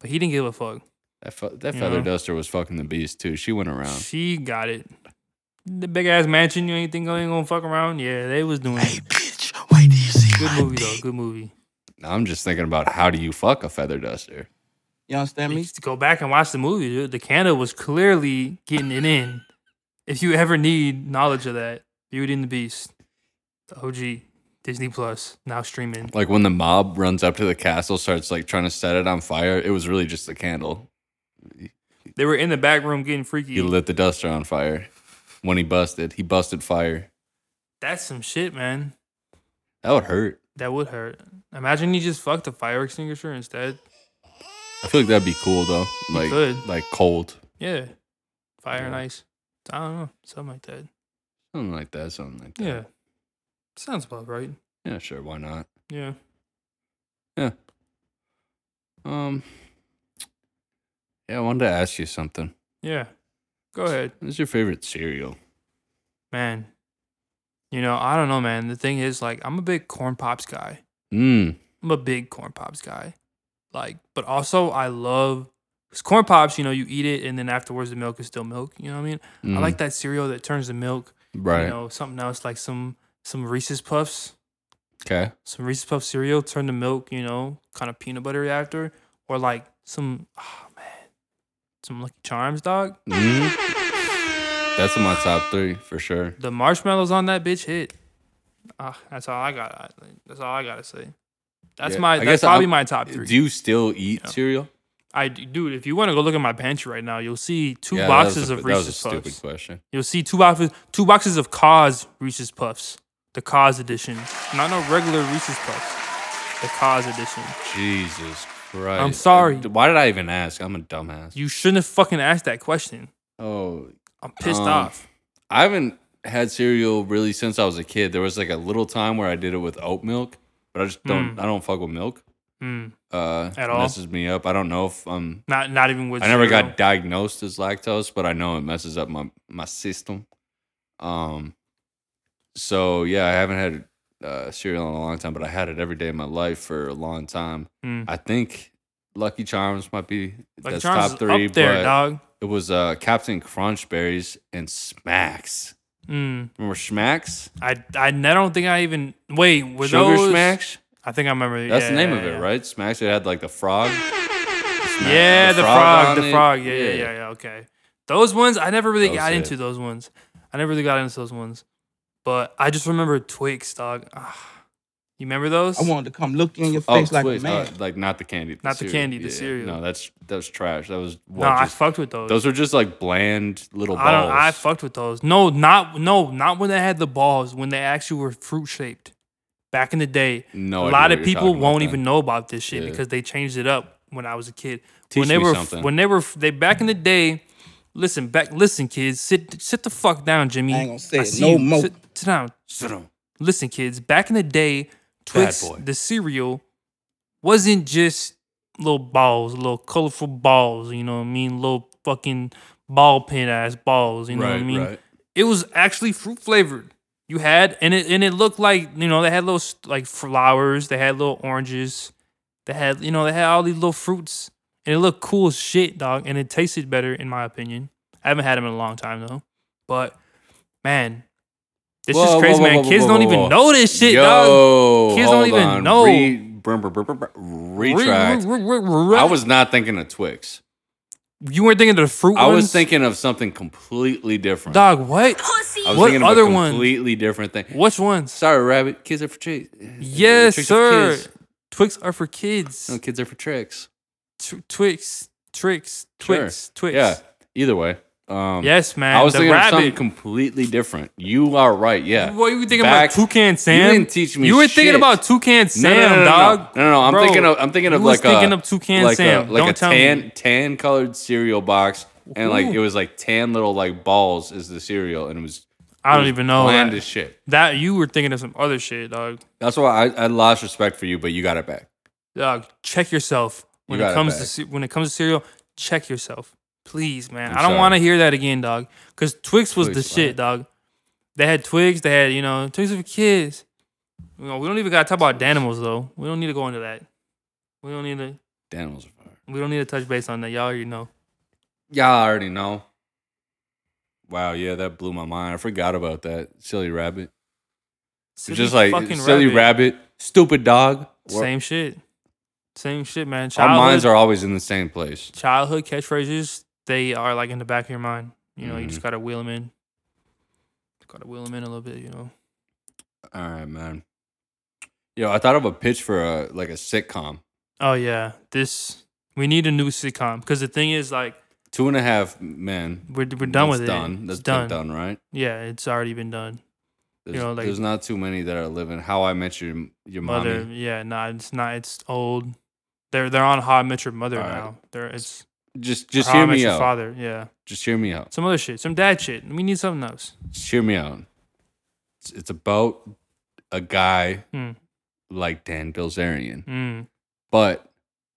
Speaker 2: but he didn't give a fuck.
Speaker 1: That fe- that
Speaker 2: You
Speaker 1: feather
Speaker 2: know?
Speaker 1: duster was fucking the beast too. She went around.
Speaker 2: She got it. The big ass mansion. You ain't think I ain't gonna fuck around? Yeah, they was doing
Speaker 3: Hey,
Speaker 2: it.
Speaker 3: bitch, wait do you see
Speaker 2: Good
Speaker 3: my
Speaker 2: movie though.
Speaker 3: dick?
Speaker 2: Good movie.
Speaker 1: I'm just thinking about how do you fuck a feather duster?
Speaker 4: You understand
Speaker 2: You
Speaker 4: me?
Speaker 2: used to go back and watch the movie. Dude. The candle was clearly getting it in. If you ever need knowledge of that, Beauty and the Beast, the OG, Disney Plus, now streaming.
Speaker 1: Like when the mob runs up to the castle, starts like trying to set it on fire. It was really just the candle.
Speaker 2: They were in the back room getting freaky.
Speaker 1: He lit the duster on fire. When he busted, he busted fire.
Speaker 2: That's some shit, man.
Speaker 1: That would hurt.
Speaker 2: That would hurt. Imagine you just fucked a fire extinguisher instead.
Speaker 1: I feel like that'd be cool though. Like
Speaker 2: could.
Speaker 1: like cold,
Speaker 2: Yeah. Fire and
Speaker 1: Yeah.
Speaker 2: ice. I don't know. Something like that.
Speaker 1: something like that. Something like that.
Speaker 2: Yeah. Sounds about right.
Speaker 1: Yeah. Sure. Why not?
Speaker 2: Yeah.
Speaker 1: Um. Yeah, I wanted to ask you something.
Speaker 2: Yeah. Go ahead.
Speaker 1: What's your favorite cereal?
Speaker 2: Man. You know, I don't know, man. The thing is, like, I'm a big corn pops guy.
Speaker 1: Mmm.
Speaker 2: I'm a big corn pops guy. Like, but also I love because corn pops, you know, you eat it and then afterwards the milk is still milk. You know what I mean? I like that cereal that turns the milk,
Speaker 1: mm, Right.
Speaker 2: you know, something else like some some Reese's puffs.
Speaker 1: okay.
Speaker 2: some Reese's Puff cereal, turn the milk, you know, kind of peanut buttery after, or like some, oh man, some Lucky Charms, dog.
Speaker 1: Mm. That's in my top three for sure.
Speaker 2: The marshmallows on that bitch hit. Ah, that's all I got. I- That's all I gotta say. That's
Speaker 1: Yeah, I
Speaker 2: my.
Speaker 1: guess
Speaker 2: That's probably
Speaker 1: I'm-
Speaker 2: my top three.
Speaker 1: Do you still eat cereal?
Speaker 2: I d- dude, if you want to go look at my pantry right now, you'll see two
Speaker 1: Yeah, that was
Speaker 2: boxes
Speaker 1: a-
Speaker 2: of
Speaker 1: That was a
Speaker 2: Reese's
Speaker 1: stupid
Speaker 2: Puffs.
Speaker 1: question.
Speaker 2: You'll see two boxes, two boxes of Cause Reese's Puffs, the Cause edition, not no regular Reese's Puffs, the Cause edition.
Speaker 1: Jesus Christ.
Speaker 2: sorry.
Speaker 1: Why did I even ask? I'm a dumbass.
Speaker 2: You shouldn't have fucking asked that question.
Speaker 1: Oh,
Speaker 2: I'm pissed
Speaker 1: Um,
Speaker 2: off.
Speaker 1: I haven't had cereal really since I was a kid. There was like a little time where I did it with oat milk, but I just don't. I don't fuck with milk.
Speaker 2: Mm.
Speaker 1: Uh,
Speaker 2: Hmm. At
Speaker 1: it
Speaker 2: all?
Speaker 1: messes me up. I don't know if um,
Speaker 2: Not not even with.
Speaker 1: I never
Speaker 2: cereal.
Speaker 1: got diagnosed as lactose, but I know it messes up my my system. Um, so yeah, I haven't had uh, cereal in a long time, but I had it every day of my life for a long time.
Speaker 2: Mm.
Speaker 1: I think Lucky Charms might be
Speaker 2: Lucky
Speaker 1: that's
Speaker 2: Charms
Speaker 1: top
Speaker 2: is
Speaker 1: three,
Speaker 2: up there,
Speaker 1: but
Speaker 2: dog.
Speaker 1: it was uh, Captain Crunch berries and Smacks.
Speaker 2: Mm.
Speaker 1: Remember Smacks?
Speaker 2: I, I I don't think I even wait. Were
Speaker 1: Sugar
Speaker 2: those
Speaker 1: Smacks?
Speaker 2: I think I remember.
Speaker 1: That's
Speaker 2: yeah,
Speaker 1: the name
Speaker 2: yeah,
Speaker 1: of
Speaker 2: yeah.
Speaker 1: it, right? Smacks. It had like the frog.
Speaker 2: Yeah,
Speaker 1: Smack-
Speaker 2: the, frog,
Speaker 1: on
Speaker 2: the
Speaker 1: it.
Speaker 2: frog. Yeah, yeah, yeah, yeah. Okay, those ones I never really
Speaker 1: That was
Speaker 2: got
Speaker 1: it.
Speaker 2: into those ones. I never really got into those ones, but I just remember Twix, dog. Ah. you remember those?
Speaker 4: I wanted to come look you in your
Speaker 1: Oh,
Speaker 4: face like
Speaker 1: Twix,
Speaker 4: a man.
Speaker 1: uh, like not the candy,
Speaker 2: Not the candy, the cereal.
Speaker 1: No, that's that's trash. That was
Speaker 2: no,
Speaker 1: what
Speaker 2: I
Speaker 1: just-
Speaker 2: fucked with those.
Speaker 1: those are just like bland little balls.
Speaker 2: I don't. I fucked with those. No, not no, not when they had the balls. When they actually were fruit shaped. Back in the day,
Speaker 1: No
Speaker 2: a
Speaker 1: idea
Speaker 2: lot
Speaker 1: what
Speaker 2: of
Speaker 1: you're
Speaker 2: people
Speaker 1: talking about
Speaker 2: won't
Speaker 1: then.
Speaker 2: even know about this shit
Speaker 1: Yeah.
Speaker 2: because they changed it up when I was a kid.
Speaker 1: Teach
Speaker 2: when they
Speaker 1: me
Speaker 2: were
Speaker 1: something.
Speaker 2: when they were they back in the day. Listen back. Listen, kids. Sit sit the fuck down, Jimmy.
Speaker 4: I ain't gonna say it
Speaker 2: see
Speaker 4: no
Speaker 2: you.
Speaker 4: more.
Speaker 2: Sit, sit down.
Speaker 1: Sit down.
Speaker 2: Listen, kids. Back in the day, Twix
Speaker 1: boy.
Speaker 2: the cereal wasn't just little balls, little colorful balls. You know what I mean? Little fucking ball pin ass balls. You know
Speaker 1: right,
Speaker 2: what I mean?
Speaker 1: right.
Speaker 2: It was actually fruit flavored. You had and it and it looked like you know they had little s- like flowers. They had little oranges. They had you know they had all these little fruits and it looked cool as shit, dog. And it tasted better in my opinion. I haven't had them in a long time though, but man, this
Speaker 1: Whoa,
Speaker 2: is
Speaker 1: whoa,
Speaker 2: crazy,
Speaker 1: whoa,
Speaker 2: man.
Speaker 1: whoa, whoa,
Speaker 2: Kids
Speaker 1: whoa,
Speaker 2: don't
Speaker 1: whoa,
Speaker 2: even
Speaker 1: whoa.
Speaker 2: know this shit, dog.
Speaker 1: Yo,
Speaker 2: Kids don't
Speaker 1: hold
Speaker 2: even
Speaker 1: on.
Speaker 2: know.
Speaker 1: Re- br- br- br- br- retract. I was not thinking of Twix.
Speaker 2: You weren't thinking of the fruit.
Speaker 1: I was
Speaker 2: ones?
Speaker 1: thinking of something completely different.
Speaker 2: dog. What?
Speaker 1: I was
Speaker 2: What
Speaker 1: thinking of
Speaker 2: other
Speaker 1: a
Speaker 2: ones?
Speaker 1: completely different thing.
Speaker 2: Which ones?
Speaker 1: Sorry, rabbit. Kids are for treats.
Speaker 2: Yes,
Speaker 1: Tricks are for
Speaker 2: sir.
Speaker 1: kids.
Speaker 2: Twix are for kids.
Speaker 1: No, kids are for tricks.
Speaker 2: Tw- Twix, Tricks,
Speaker 1: Sure.
Speaker 2: Twix, Twix.
Speaker 1: Yeah. Either way. Um,
Speaker 2: Yes, man.
Speaker 1: I was
Speaker 2: the
Speaker 1: thinking
Speaker 2: rabbit.
Speaker 1: of something completely different. You are right. Yeah.
Speaker 2: What you were thinking
Speaker 1: Back-
Speaker 2: about? Toucan Sam.
Speaker 1: didn't teach me
Speaker 2: You were
Speaker 1: shit.
Speaker 2: thinking about Toucan
Speaker 1: No,
Speaker 2: Sam,
Speaker 1: no, no, no, no.
Speaker 2: dog.
Speaker 1: No, no, no. I'm
Speaker 2: Bro,
Speaker 1: thinking of. I'm thinking of
Speaker 2: you
Speaker 1: like
Speaker 2: was thinking
Speaker 1: a
Speaker 2: of Toucan
Speaker 1: like
Speaker 2: Sam.
Speaker 1: A, like a
Speaker 2: Don't tell me.
Speaker 1: tan tan colored cereal box, and like
Speaker 2: Ooh.
Speaker 1: it was like tan little like balls is the cereal, and it was it
Speaker 2: I don't
Speaker 1: was
Speaker 2: even know
Speaker 1: bland
Speaker 2: that.
Speaker 1: as shit.
Speaker 2: that. You were thinking of some other shit, dog.
Speaker 1: That's why I, I lost respect for you, but you got it back.
Speaker 2: Dog, check yourself when
Speaker 1: got
Speaker 2: it
Speaker 1: it
Speaker 2: comes to
Speaker 1: back.
Speaker 2: ce- when it comes to cereal. Check yourself, please, man.
Speaker 1: I'm
Speaker 2: I don't
Speaker 1: sorry.
Speaker 2: want to hear that again, dog. Because Twix was
Speaker 1: Twix,
Speaker 2: the shit, dog. They had Twigs. They had you know Twigs for kids. You know, we don't even gotta talk about Danimals though. We don't need to go into that. We don't need to.
Speaker 1: Daniels are fire.
Speaker 2: We don't need to touch base on that. Y'all already know.
Speaker 1: Y'all already know. Wow, yeah, that blew my mind. I forgot about that silly rabbit.
Speaker 2: Silly
Speaker 1: Just like
Speaker 2: fucking
Speaker 1: silly rabbit, stupid dog. We're-
Speaker 2: Same shit. Same shit, man.
Speaker 1: Our
Speaker 2: Childhood,
Speaker 1: minds are always in the same place.
Speaker 2: childhood catchphrases. They are like in the back of your mind. You
Speaker 1: Mm-hmm.
Speaker 2: know, you just gotta wheel them in. Gotta wheel them in a little bit. You know.
Speaker 1: All right, man. Yo, I thought of a pitch for a like a sitcom.
Speaker 2: Oh yeah, this we need a new sitcom because the thing is like
Speaker 1: Two and a half men.
Speaker 2: we're we're done
Speaker 1: That's
Speaker 2: with it.
Speaker 1: Done.
Speaker 2: It's
Speaker 1: That's
Speaker 2: done.
Speaker 1: done. Done. Right.
Speaker 2: Yeah, it's already been done.
Speaker 1: There's,
Speaker 2: know, like-
Speaker 1: there's not too many that are living. How I Met Your Your
Speaker 2: Mother,
Speaker 1: Mommy.
Speaker 2: yeah, nah, it's not. It's old. They're they're on How I Met Your Mother
Speaker 1: All right.
Speaker 2: now. They're it's
Speaker 1: Just just
Speaker 2: How I
Speaker 1: hear
Speaker 2: Met
Speaker 1: me
Speaker 2: Your
Speaker 1: out.
Speaker 2: Father. Yeah,
Speaker 1: Just hear me out.
Speaker 2: some other shit, some dad shit. We need something else.
Speaker 1: Just hear me out. It's, it's about a guy
Speaker 2: Hmm.
Speaker 1: like Dan Bilzerian,
Speaker 2: Mm.
Speaker 1: but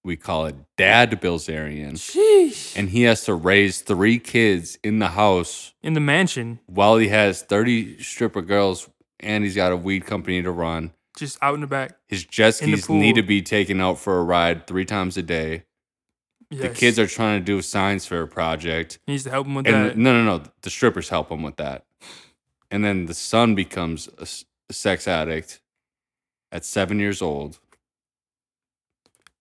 Speaker 1: we call it Dad Bilzerian,
Speaker 2: Sheesh.
Speaker 1: and he has to raise three kids in the house
Speaker 2: In the mansion,
Speaker 1: while he has thirty stripper girls, and he's got a weed company to run.
Speaker 2: just out in the back.
Speaker 1: His jet
Speaker 2: In the
Speaker 1: skis need
Speaker 2: pool.
Speaker 1: to be taken out for a ride three times a day. The
Speaker 2: Yes.
Speaker 1: kids are trying to do a science fair project.
Speaker 2: He needs to help him with
Speaker 1: And
Speaker 2: that.
Speaker 1: the- no, no, no. The strippers help him with that. And then the son becomes a, s- a sex addict at seven years old.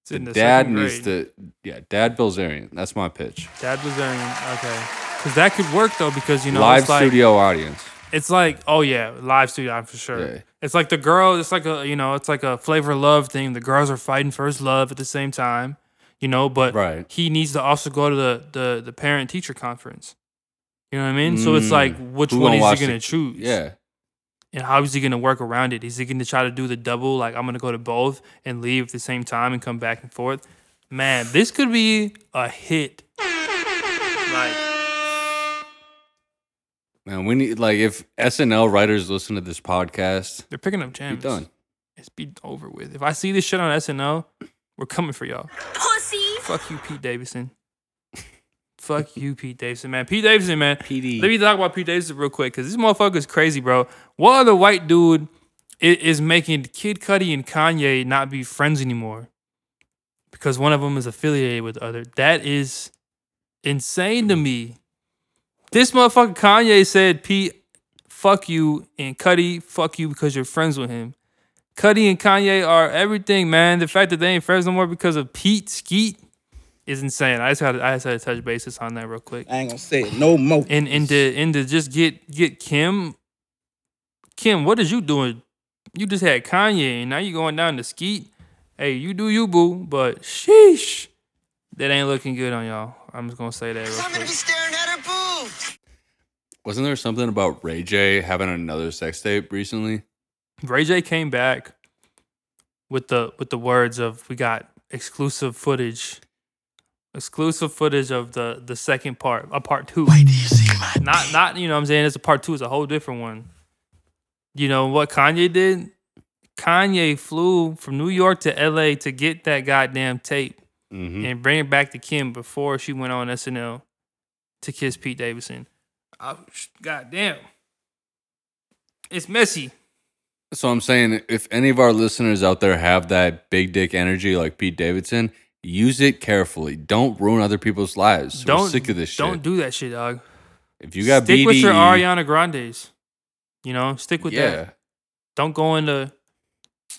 Speaker 2: It's in the
Speaker 1: dad
Speaker 2: second
Speaker 1: needs
Speaker 2: grade.
Speaker 1: to, yeah, dad Bilzerian. That's my pitch.
Speaker 2: Dad was there. Okay, because that could work though because you know
Speaker 1: Live
Speaker 2: it's like,
Speaker 1: studio audience.
Speaker 2: It's like, oh yeah, live studio for sure.
Speaker 1: Yeah.
Speaker 2: It's like the girl. It's like a you know, it's like a flavor of love thing. The girls are fighting for his love at the same time, you know. But
Speaker 1: Right.
Speaker 2: he needs to also go to the the, the parent teacher conference. You know what I mean? so it's like, which
Speaker 1: Mm. Who
Speaker 2: one
Speaker 1: gonna
Speaker 2: is
Speaker 1: watch
Speaker 2: he gonna
Speaker 1: the-
Speaker 2: choose?
Speaker 1: Yeah.
Speaker 2: And how is he gonna work around it? Is he gonna try to do the double? Like I'm gonna go to both and leave at the same time and come back and forth. Man, this could be a hit. Like
Speaker 1: Man, we need, like, if SNL writers listen to this podcast,
Speaker 2: they're picking up
Speaker 1: be
Speaker 2: jams.
Speaker 1: done.
Speaker 2: it's be over with. If I see this shit on SNL, we're coming for y'all.
Speaker 3: Pussy.
Speaker 2: Fuck you, Pete Davidson. Fuck you, Pete Davidson, man. Pete Davidson, man.
Speaker 1: PD.
Speaker 2: Let me talk about Pete Davidson real quick, cause this motherfucker is crazy, bro. What other white dude is, is making Kid Cudi and Kanye not be friends anymore? Because one of them is affiliated with the other. That is insane to me. This motherfucker Kanye said, Pete, fuck you, and Cudi, fuck you because you're friends with him. Cuddy and Kanye are everything, man. The fact that they ain't friends no more because of Pete Skeet is insane. I just had to, I just had to touch basis on that real quick.
Speaker 4: I ain't gonna say it no more.
Speaker 2: And and to and to just get get Kim, Kim, what is you doing? You just had Kanye, and now you going down to Skeet. Hey, you do you, boo. But sheesh, that ain't looking good on y'all. I'm just gonna say that real
Speaker 3: I'm gonna be
Speaker 2: quick.
Speaker 3: staring at her boobs.
Speaker 1: Wasn't there something about Ray J having another sex tape recently?
Speaker 2: Ray J came back with the with the words of we got exclusive footage. Exclusive footage of the the second part, a part two.
Speaker 3: Why do you see my
Speaker 2: Not not you know what I'm saying it's a part two, it's a whole different one. You know what Kanye did? Kanye flew from New York to LA to get that goddamn tape
Speaker 1: Mm-hmm.
Speaker 2: and bring it back to Kim before she went on SNL to kiss Pete Davidson. Oh, sh- God damn. It's messy.
Speaker 1: So I'm saying, if any of our listeners out there have that big dick energy like Pete Davidson, use it carefully. Don't ruin other people's lives. We're
Speaker 2: don't
Speaker 1: sick of this shit.
Speaker 2: Don't do that shit, dog.
Speaker 1: if you got E.
Speaker 2: stick with your
Speaker 1: BDE,
Speaker 2: Ariana Grandes. You know, stick with
Speaker 1: yeah.
Speaker 2: that. Don't go into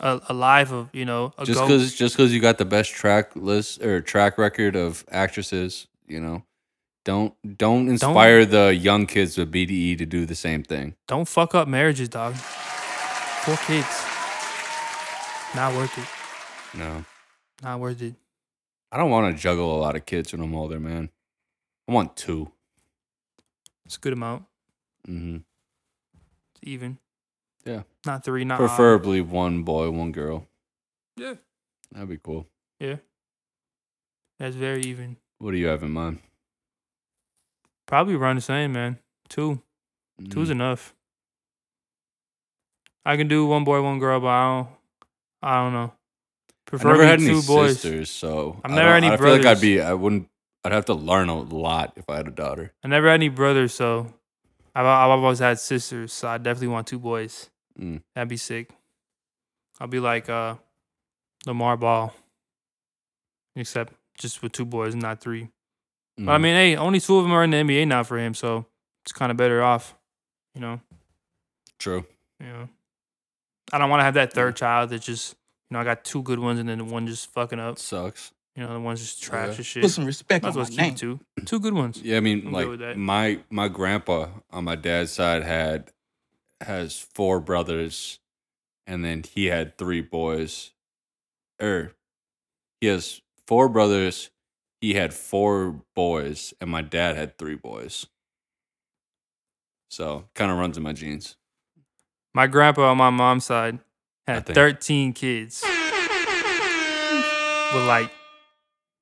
Speaker 2: a, a live of you know a
Speaker 1: just
Speaker 2: go-
Speaker 1: because just because you got the best track list or track record of actresses, you know, don't don't inspire the young kids with BDE to do the same thing.
Speaker 2: Don't fuck up marriages, dog. Four kids. Not worth it.
Speaker 1: No,
Speaker 2: Not worth it.
Speaker 1: I don't want to juggle a lot of kids when I'm older, man. I want 2
Speaker 2: It's a good amount.
Speaker 1: Mm-hmm.
Speaker 2: It's even.
Speaker 1: Yeah.
Speaker 2: Not three. Not odd.
Speaker 1: Preferably one boy, one girl.
Speaker 2: Yeah.
Speaker 1: That'd be cool.
Speaker 2: That's very even.
Speaker 1: What do you have in mind?
Speaker 2: Probably around the same, man. Two. Two's
Speaker 1: Mm.
Speaker 2: enough. I can do one boy, one girl, but I don't. I don't know.
Speaker 1: Mm. I never
Speaker 2: Preferably
Speaker 1: had any
Speaker 2: two boys.
Speaker 1: sisters, so
Speaker 2: I've
Speaker 1: I
Speaker 2: never
Speaker 1: don't-
Speaker 2: had any
Speaker 1: I feel like I'd
Speaker 2: brothers.
Speaker 1: be. I wouldn't. I'd have to learn a lot if I had a daughter.
Speaker 2: I never had any brothers, so I've, I've always had sisters. So I definitely want two boys.
Speaker 1: Mm.
Speaker 2: That'd be sick. I'll be like uh, Lamar Ball, except just with two boys, not three. But I
Speaker 1: Mm.
Speaker 2: mean, hey, only two of them are in the NBA now for him, so it's kind of better off, you know.
Speaker 1: true.
Speaker 2: You know, I don't want to have that third child that just, you know, I got two good ones and then the one just fucking up.
Speaker 1: It sucks.
Speaker 2: You know, the one's just trash
Speaker 1: Yeah.
Speaker 2: and shit.
Speaker 4: Put some respect
Speaker 2: Might as
Speaker 4: on
Speaker 2: well
Speaker 4: my
Speaker 2: keep
Speaker 4: name.
Speaker 2: two, two good ones.
Speaker 1: Yeah, I mean,
Speaker 2: I'm good with
Speaker 1: like
Speaker 2: that.
Speaker 1: my my grandpa on my dad's side had has four brothers, and then he had three boys. Er, he has four brothers. He had four boys, and my dad had three boys. So kind of runs in my genes.
Speaker 2: My grandpa on my mom's side
Speaker 1: I
Speaker 2: had
Speaker 1: think-
Speaker 2: 13 kids with like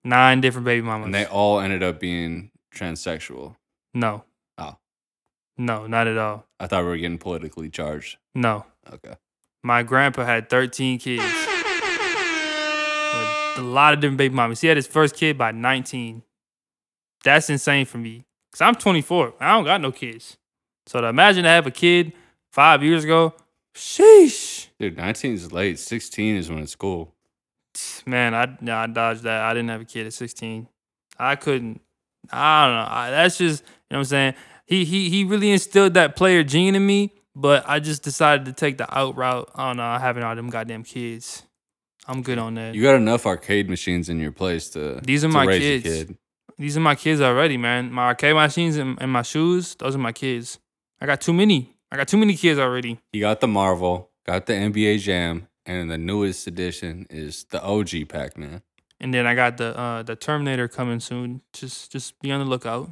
Speaker 2: nine different baby mamas.
Speaker 1: and they all ended up being transsexual.
Speaker 2: no.
Speaker 1: Oh.
Speaker 2: No, not at all.
Speaker 1: I thought we were getting politically charged.
Speaker 2: No.
Speaker 1: Okay.
Speaker 2: My grandpa had 13 kids. With a lot of different baby mamas. He had his first kid by 19. That's insane for me. Cause I'm 24. I don't got no kids. So to imagine to have a kid five years ago, sheesh.
Speaker 1: Dude, 19 is late. 16 is when it's cool.
Speaker 2: Man, I nah, I dodged that. I didn't have a kid at 16. I couldn't. I don't know. I, that's just you know what I'm saying. He he he really instilled that player gene in me, but I just decided to take the out route. I don't know. I having all them goddamn kids. I'm good on that.
Speaker 1: You got enough arcade machines in your place to.
Speaker 2: These are
Speaker 1: to
Speaker 2: my
Speaker 1: raise a
Speaker 2: kids. These are my kids already, man. My arcade machines and, and my shoes, those are my kids. I got too many. I got too many kids already.
Speaker 1: You got the Marvel, got the NBA Jam, and the newest edition is the OG Pac Man.
Speaker 2: And then I got the uh the Terminator coming soon. Just just be on the lookout.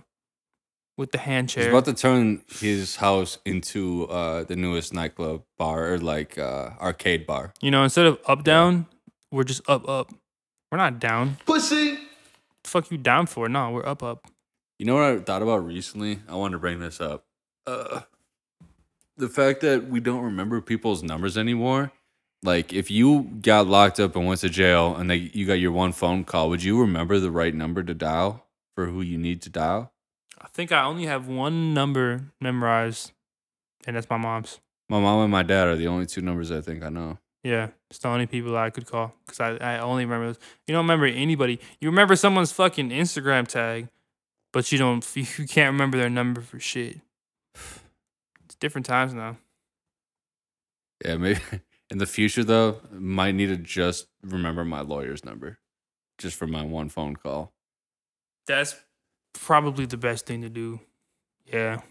Speaker 2: With the hand
Speaker 1: He's
Speaker 2: chair.
Speaker 1: about to turn his house into uh, the newest nightclub bar or like uh, arcade bar.
Speaker 2: You know, instead of up down, we're just up up. We're not down. Pussy. fuck you down for? No, we're up up.
Speaker 1: You know what I thought about recently? I wanted to bring this up. Uh, the fact that we don't remember people's numbers anymore. Like, if you got locked up and went to jail and they, you got your one phone call, would you remember the right number to dial for who you need to dial?
Speaker 2: I think I only have one number memorized, and that's my mom's.
Speaker 1: My mom and my dad are the only two numbers I think I know.
Speaker 2: Yeah, it's the only people I could call because I, I only remember those. You don't remember anybody. You remember someone's fucking Instagram tag, but you don't. *laughs* You can't remember their number for shit. It's different times now.
Speaker 1: Yeah, maybe *laughs* in the future though, might need to just remember my lawyer's number, just for my one phone call.
Speaker 2: That's probably the best thing to do. Yeah,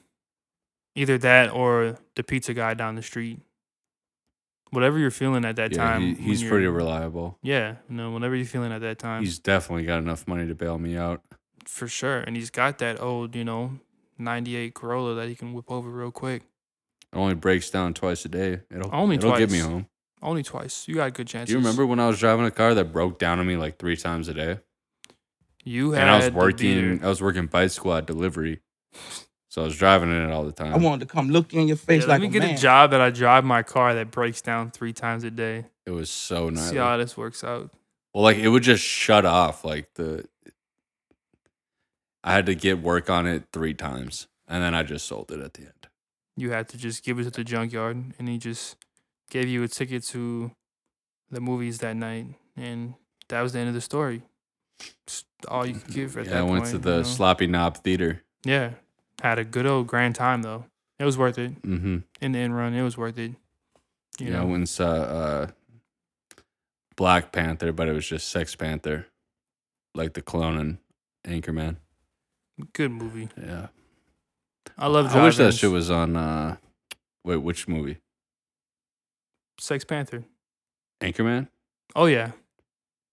Speaker 2: either that or the pizza guy down the street. Whatever you're feeling at that
Speaker 1: yeah,
Speaker 2: time,
Speaker 1: he-
Speaker 2: when
Speaker 1: he's
Speaker 2: you're-
Speaker 1: pretty reliable.
Speaker 2: Yeah, you know, whatever you're feeling at that time,
Speaker 1: He's definitely got enough money to bail me out.
Speaker 2: for sure. And he's got that old, you know, '98 Corolla that he can whip over real quick.
Speaker 1: It only breaks down twice a day. It'll
Speaker 2: Only
Speaker 1: it'll get me
Speaker 2: twice.
Speaker 1: home.
Speaker 2: Only twice. You got good chances.
Speaker 1: Do you remember when I was driving a car that broke down on me like three times a day?
Speaker 2: You had
Speaker 1: And I was
Speaker 2: the
Speaker 1: working
Speaker 2: beater.
Speaker 1: I was working bike squad delivery. So I was driving in it all the time.
Speaker 4: I wanted to come look you in your
Speaker 2: Yeah,
Speaker 4: face
Speaker 2: let
Speaker 4: like
Speaker 2: me
Speaker 4: a
Speaker 2: get
Speaker 4: man.
Speaker 2: a job that I drive my car that breaks down three times a day.
Speaker 1: it was so nice.
Speaker 2: See how this works out.
Speaker 1: Well, like it would just shut off. Like the I had to get work on it three times, and then I just sold it at the end.
Speaker 2: You had to just give it to the junkyard, and he just gave you a ticket to the movies that night, and that was the end of the story. Just all you could give at
Speaker 1: Mm-hmm. yeah,
Speaker 2: that
Speaker 1: I went
Speaker 2: point.
Speaker 1: to
Speaker 2: you
Speaker 1: the
Speaker 2: know?
Speaker 1: Sloppy Knob Theater.
Speaker 2: Yeah, had a good old grand time though. It was worth it
Speaker 1: Mm-hmm.
Speaker 2: in the end run. It was worth it. You
Speaker 1: yeah, I
Speaker 2: know,
Speaker 1: went and saw uh, Black Panther, but it was just Sex Panther, like the clone and Anchorman.
Speaker 2: good movie.
Speaker 1: Yeah,
Speaker 2: I love.
Speaker 1: I wish that
Speaker 2: drive-ins.
Speaker 1: shit was on. Uh, wait, which movie?
Speaker 2: Sex Panther.
Speaker 1: Anchorman.
Speaker 2: Oh yeah,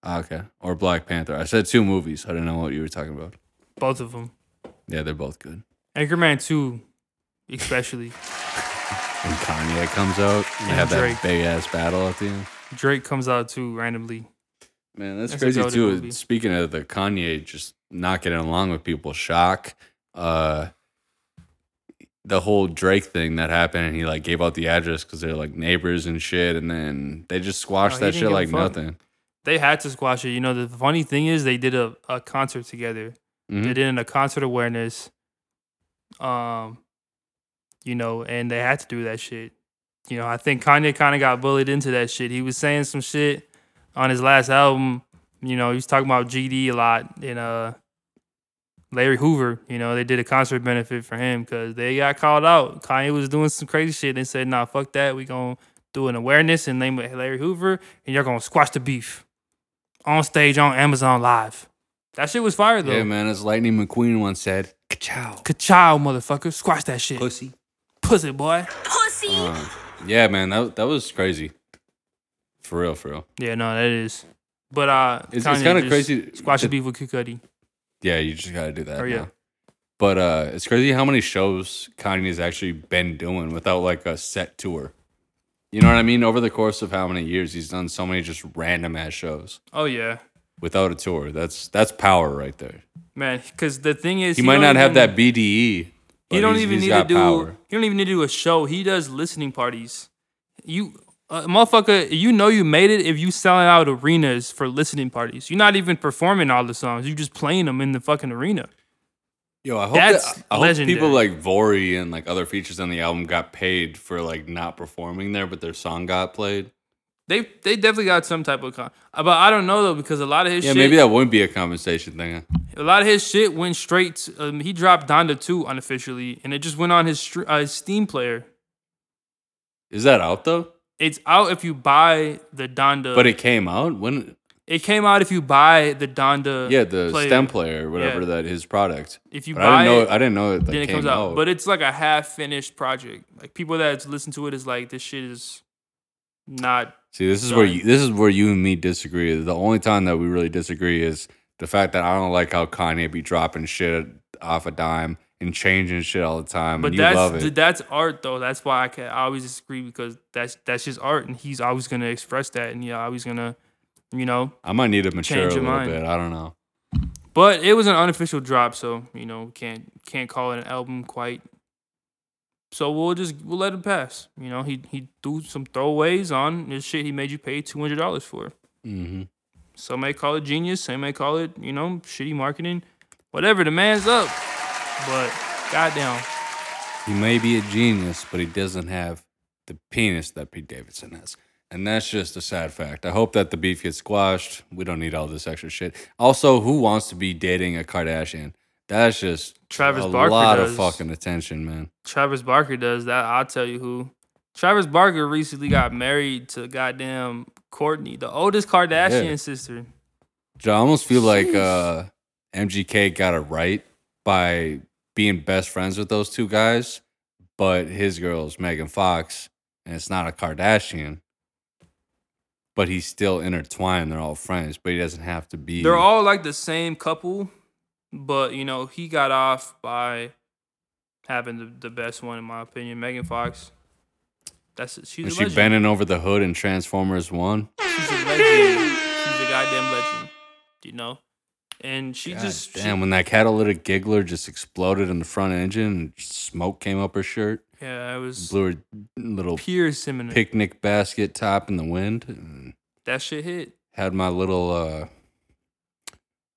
Speaker 1: Ah, okay, or Black Panther. I said two movies. I didn't know what you were talking about.
Speaker 2: both of them.
Speaker 1: Yeah, they're both good.
Speaker 2: Anchorman two, especially.
Speaker 1: When Kanye comes out, you
Speaker 2: And
Speaker 1: have
Speaker 2: Drake.
Speaker 1: that big ass battle at the end.
Speaker 2: Drake comes out too randomly.
Speaker 1: Man, that's,
Speaker 2: That's a
Speaker 1: crazy
Speaker 2: goated
Speaker 1: too.
Speaker 2: movie.
Speaker 1: Speaking of the Kanye just not getting along with people, shock. Uh the whole Drake thing that happened and he like gave out the address because they're like neighbors and shit and then they just squashed
Speaker 2: Oh, he
Speaker 1: that
Speaker 2: didn't
Speaker 1: shit
Speaker 2: give a
Speaker 1: like
Speaker 2: fuck.
Speaker 1: nothing.
Speaker 2: They had to squash it. You know, the funny thing is they did a, a concert together.
Speaker 1: Mhm.
Speaker 2: They did in a concert awareness. Um, you know, and they had to do that shit. You know, I think Kanye kind of got bullied into that shit. He was saying some shit on his last album. You know, he was talking about GD a lot and uh Larry Hoover. You know, they did a concert benefit for him because they got called out. Kanye was doing some crazy shit. They said, "Nah, fuck that. We gonna do an awareness in the name of Larry Hoover, and you're gonna squash the beef on stage on Amazon Live." That shit was fire though.
Speaker 1: Yeah, man, as Lightning McQueen once said, "Ka-chow,
Speaker 2: Ka-chow, motherfucker. Squash that shit.
Speaker 1: pussy."
Speaker 2: Pussy, boy.
Speaker 3: Pussy.
Speaker 1: Uh, yeah, man, that that was crazy. For real, for real.
Speaker 2: Yeah, no, that is. But uh,
Speaker 1: It's,
Speaker 2: Kanye
Speaker 1: it's kind of
Speaker 2: just
Speaker 1: crazy.
Speaker 2: Squash the
Speaker 1: that-
Speaker 2: beef with Kid Cudi.
Speaker 1: Yeah, you just gotta do that.
Speaker 2: Oh,
Speaker 1: now.
Speaker 2: yeah.
Speaker 1: But uh it's crazy how many shows Kanye's actually been doing without like a set tour. You know what I mean? Over the course of how many years he's done so many just random ass shows
Speaker 2: Oh yeah,
Speaker 1: without a tour. That's that's power right there.
Speaker 2: man. Because the thing is,
Speaker 1: He, might
Speaker 2: don't
Speaker 1: not have
Speaker 2: even-
Speaker 1: that BDE.
Speaker 2: He
Speaker 1: but
Speaker 2: don't
Speaker 1: he's-
Speaker 2: even
Speaker 1: he's
Speaker 2: need to
Speaker 1: got
Speaker 2: do.
Speaker 1: power.
Speaker 2: He don't even need to do a show. He does listening parties. You, uh, motherfucker, you know you made it if you selling out arenas for listening parties. You're not even performing all the songs. You just playing them in the fucking arena.
Speaker 1: Yo, I hope
Speaker 2: That's
Speaker 1: that, I hope people
Speaker 2: legendary.
Speaker 1: like Vori and like other features on the album got paid for like not performing there, but their song got played.
Speaker 2: They they definitely got some type of con. uh, But I don't know though because a lot of his
Speaker 1: Yeah,
Speaker 2: shit,
Speaker 1: maybe that wouldn't be a compensation thing.
Speaker 2: A lot of his shit went straight. To, um, he dropped Donda 2 unofficially, and it just went on his, str- uh, his Steam player.
Speaker 1: Is that out though?
Speaker 2: It's out if you buy the Donda.
Speaker 1: But it came out when
Speaker 2: it came out if you buy the Donda.
Speaker 1: Yeah, the
Speaker 2: player.
Speaker 1: stem player, or whatever
Speaker 2: Yeah.
Speaker 1: that his product.
Speaker 2: If you
Speaker 1: But I
Speaker 2: buy
Speaker 1: didn't know.
Speaker 2: it,
Speaker 1: I didn't know it. Like,
Speaker 2: then it
Speaker 1: came
Speaker 2: comes
Speaker 1: out.
Speaker 2: out. But it's like a half finished project. Like people that listen to it is like, this shit is not.
Speaker 1: see, this is where
Speaker 2: done.
Speaker 1: you, this is where you and me disagree. The only time that we really disagree is the fact that I don't like how Kanye be dropping shit off a dime and changing shit all the time.
Speaker 2: But
Speaker 1: and you love
Speaker 2: that's
Speaker 1: it.
Speaker 2: that's art though. That's why I can I always disagree because that's that's just art, and he's always gonna express that, and yeah, always gonna, you know,
Speaker 1: I might need to mature a
Speaker 2: your
Speaker 1: little
Speaker 2: mind.
Speaker 1: bit. I don't know.
Speaker 2: But it was an unofficial drop, so you know can't can't call it an album quite. So we'll just we'll let it pass. You know he he threw some throwaways on this shit he made you pay two hundred dollars for.
Speaker 1: hmm
Speaker 2: Some may call it genius, some may call it you know shitty marketing, whatever. The man's up, but goddamn,
Speaker 1: He may be a genius, but he doesn't have the penis that Pete Davidson has. And that's just a sad fact. I hope that the beef gets squashed. We don't need all this extra shit. Also, who wants to be dating a Kardashian? That's just
Speaker 2: Travis
Speaker 1: a
Speaker 2: Barker
Speaker 1: lot of
Speaker 2: does.
Speaker 1: fucking attention, man.
Speaker 2: Travis Barker does that. I'll tell you who. Travis Barker recently got married to goddamn Courtney, the oldest Kardashian
Speaker 1: Yeah.
Speaker 2: sister.
Speaker 1: I almost feel like uh,
Speaker 2: Jeez.
Speaker 1: MGK got it right by being best friends with those two guys, but his girl's Megan Fox, and it's not a Kardashian. But he's still intertwined. They're all friends, but he doesn't have to be.
Speaker 2: They're all like the same couple, but you know, he got off by having the, the best one in my opinion, Megan Fox. That's it. She's
Speaker 1: Is
Speaker 2: a
Speaker 1: she
Speaker 2: legend.
Speaker 1: bending over the hood in Transformers One?
Speaker 2: She's a legend. She's a goddamn legend. You know? And she just she-
Speaker 1: damn, when that catalytic giggler just exploded in the front engine, and smoke came up her shirt,
Speaker 2: Yeah, it was
Speaker 1: blew her little
Speaker 2: pure seminal.
Speaker 1: picnic basket top in the wind, and
Speaker 2: That shit hit.
Speaker 1: had my little uh,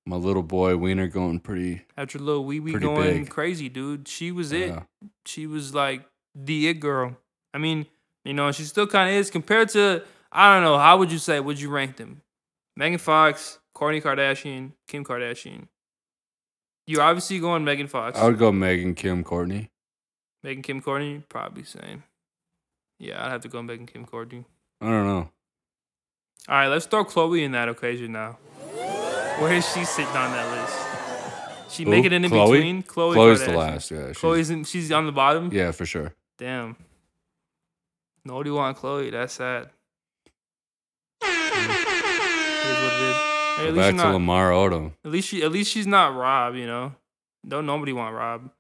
Speaker 1: my little boy Wiener going pretty. uh,
Speaker 2: After Lil Wee Wee
Speaker 1: Pretty
Speaker 2: going
Speaker 1: big.
Speaker 2: crazy, dude. She was it.
Speaker 1: Yeah.
Speaker 2: She was like the it girl. I mean, you know, she still kind of is compared to I don't know. How would you say? Would you rank them? Megan Fox, Kourtney Kardashian, Kim Kardashian. You're obviously going Megan Fox.
Speaker 1: I would go Megan, Kim, Courtney.
Speaker 2: Megan Kim Courtney, probably same. Yeah, I'd have to go Megan Kim Courtney.
Speaker 1: I don't know.
Speaker 2: All right, let's throw Chloe in that occasion now. Where is she sitting on that list? She
Speaker 1: Who?
Speaker 2: making it in
Speaker 1: Chloe?
Speaker 2: between. Chloe
Speaker 1: Chloe's the
Speaker 2: Kardashian.
Speaker 1: last. Yeah, she's-
Speaker 2: Chloe's in, she's on the bottom.
Speaker 1: yeah, for sure.
Speaker 2: Damn. Nobody want Chloe. That's sad. It is what it is. Hey, at,
Speaker 1: Go
Speaker 2: least
Speaker 1: back
Speaker 2: you're
Speaker 1: to
Speaker 2: not-
Speaker 1: Lamar Odom.
Speaker 2: at least she, at least she's not Rob. You know, don't nobody want Rob.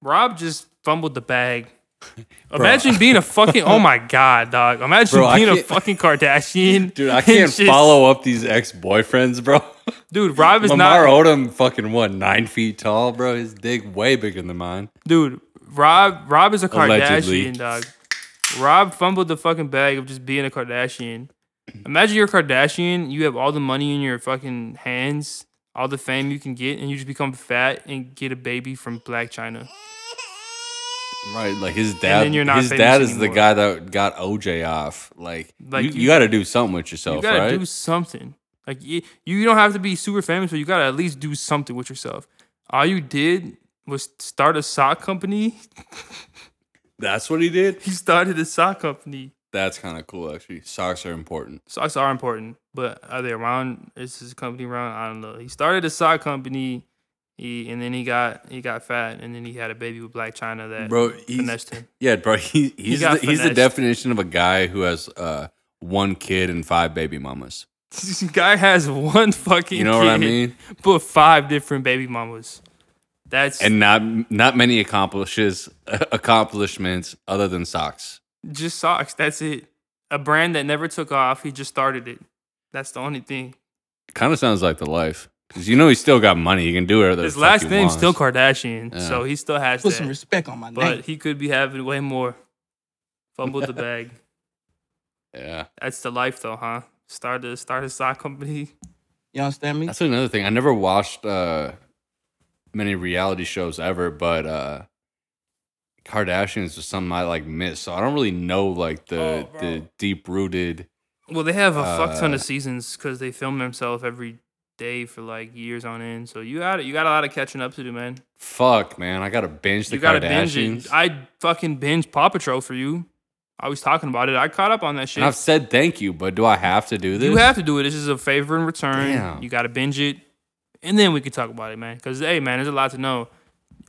Speaker 2: Rob just fumbled
Speaker 1: *laughs*
Speaker 2: the bag. Imagine being a fucking oh my god, dog. Imagine
Speaker 1: Bro, I
Speaker 2: being a
Speaker 1: can't-
Speaker 2: fucking Kardashian, *laughs*
Speaker 1: Dude, I
Speaker 2: and
Speaker 1: can't
Speaker 2: just-
Speaker 1: follow up these ex boyfriends, bro.
Speaker 2: Dude, Rob is
Speaker 1: Lamar
Speaker 2: not.
Speaker 1: Odom, fucking what, nine feet tall, bro? His dick way bigger than mine.
Speaker 2: Dude, Rob Rob is a Kardashian,
Speaker 1: Allegedly.
Speaker 2: dog. Rob fumbled the fucking bag of just being a Kardashian. Imagine you're a Kardashian, you have all the money in your fucking hands, all the fame you can get, and you just become fat and get a baby from Black China.
Speaker 1: Right, like his dad.
Speaker 2: then you're not
Speaker 1: his
Speaker 2: famous
Speaker 1: dad is the
Speaker 2: anymore.
Speaker 1: guy that got OJ off. Like,
Speaker 2: Like,
Speaker 1: you,
Speaker 2: you-
Speaker 1: you got to do something with yourself,
Speaker 2: You gotta
Speaker 1: right?
Speaker 2: do something. Like y- you don't have to be super famous, but you gotta at least do something with yourself. All you did was start a sock company. *laughs*
Speaker 1: That's what he did.
Speaker 2: He started a sock company.
Speaker 1: That's kind of cool, actually. Socks are important.
Speaker 2: socks are important, but are they around? Is his company around? I don't know. He started a sock company, he, and then he got he got fat, and then he had a baby with Black China that
Speaker 1: Bro, he's,
Speaker 2: uh, finessed him.
Speaker 1: yeah, bro. He, he's
Speaker 2: got
Speaker 1: the, he's the
Speaker 2: finessed.
Speaker 1: definition of a guy who has uh, one kid and five baby mamas.
Speaker 2: This *laughs* guy has one fucking
Speaker 1: You know what I
Speaker 2: kid,
Speaker 1: mean?
Speaker 2: but five different baby mamas. That's
Speaker 1: And not not many accomplishes *laughs* accomplishments other than socks.
Speaker 2: just socks. That's it. A brand that never took off. He just started it. That's the only thing.
Speaker 1: Kind of sounds like the life, because you know he's still got money. You can do whatever. the
Speaker 2: His
Speaker 1: fuck
Speaker 2: last
Speaker 1: he
Speaker 2: name's
Speaker 1: wants.
Speaker 2: still Kardashian,
Speaker 1: Yeah.
Speaker 2: so he still has
Speaker 4: Put
Speaker 2: that.
Speaker 4: some respect on my name.
Speaker 2: but he could be having way more. Fumbled the
Speaker 1: *laughs*
Speaker 2: bag.
Speaker 1: Yeah,
Speaker 2: That's the life though, huh? Start a start a sock company.
Speaker 4: You understand me?
Speaker 1: that's another thing. I never watched uh, many reality shows ever, but uh, Kardashians was something I like missed. So I don't really know like the
Speaker 2: Oh, bro.
Speaker 1: the deep rooted.
Speaker 2: Well, they have a fuck ton
Speaker 1: Uh,
Speaker 2: of seasons because they film themselves every day for like years on end. So you got you got a lot of catching up to do, man.
Speaker 1: Fuck, man, I gotta binge the
Speaker 2: you gotta binge
Speaker 1: Kardashians.
Speaker 2: it. I fucking binge Paw Patrol for you. I was talking about it. I caught up on that shit.
Speaker 1: and I've said thank you, but do I have to do this?
Speaker 2: You have to do it. This is a favor in return.
Speaker 1: Damn.
Speaker 2: You got to binge it. And then we could talk about it, man. Because, hey, man, there's a lot to know.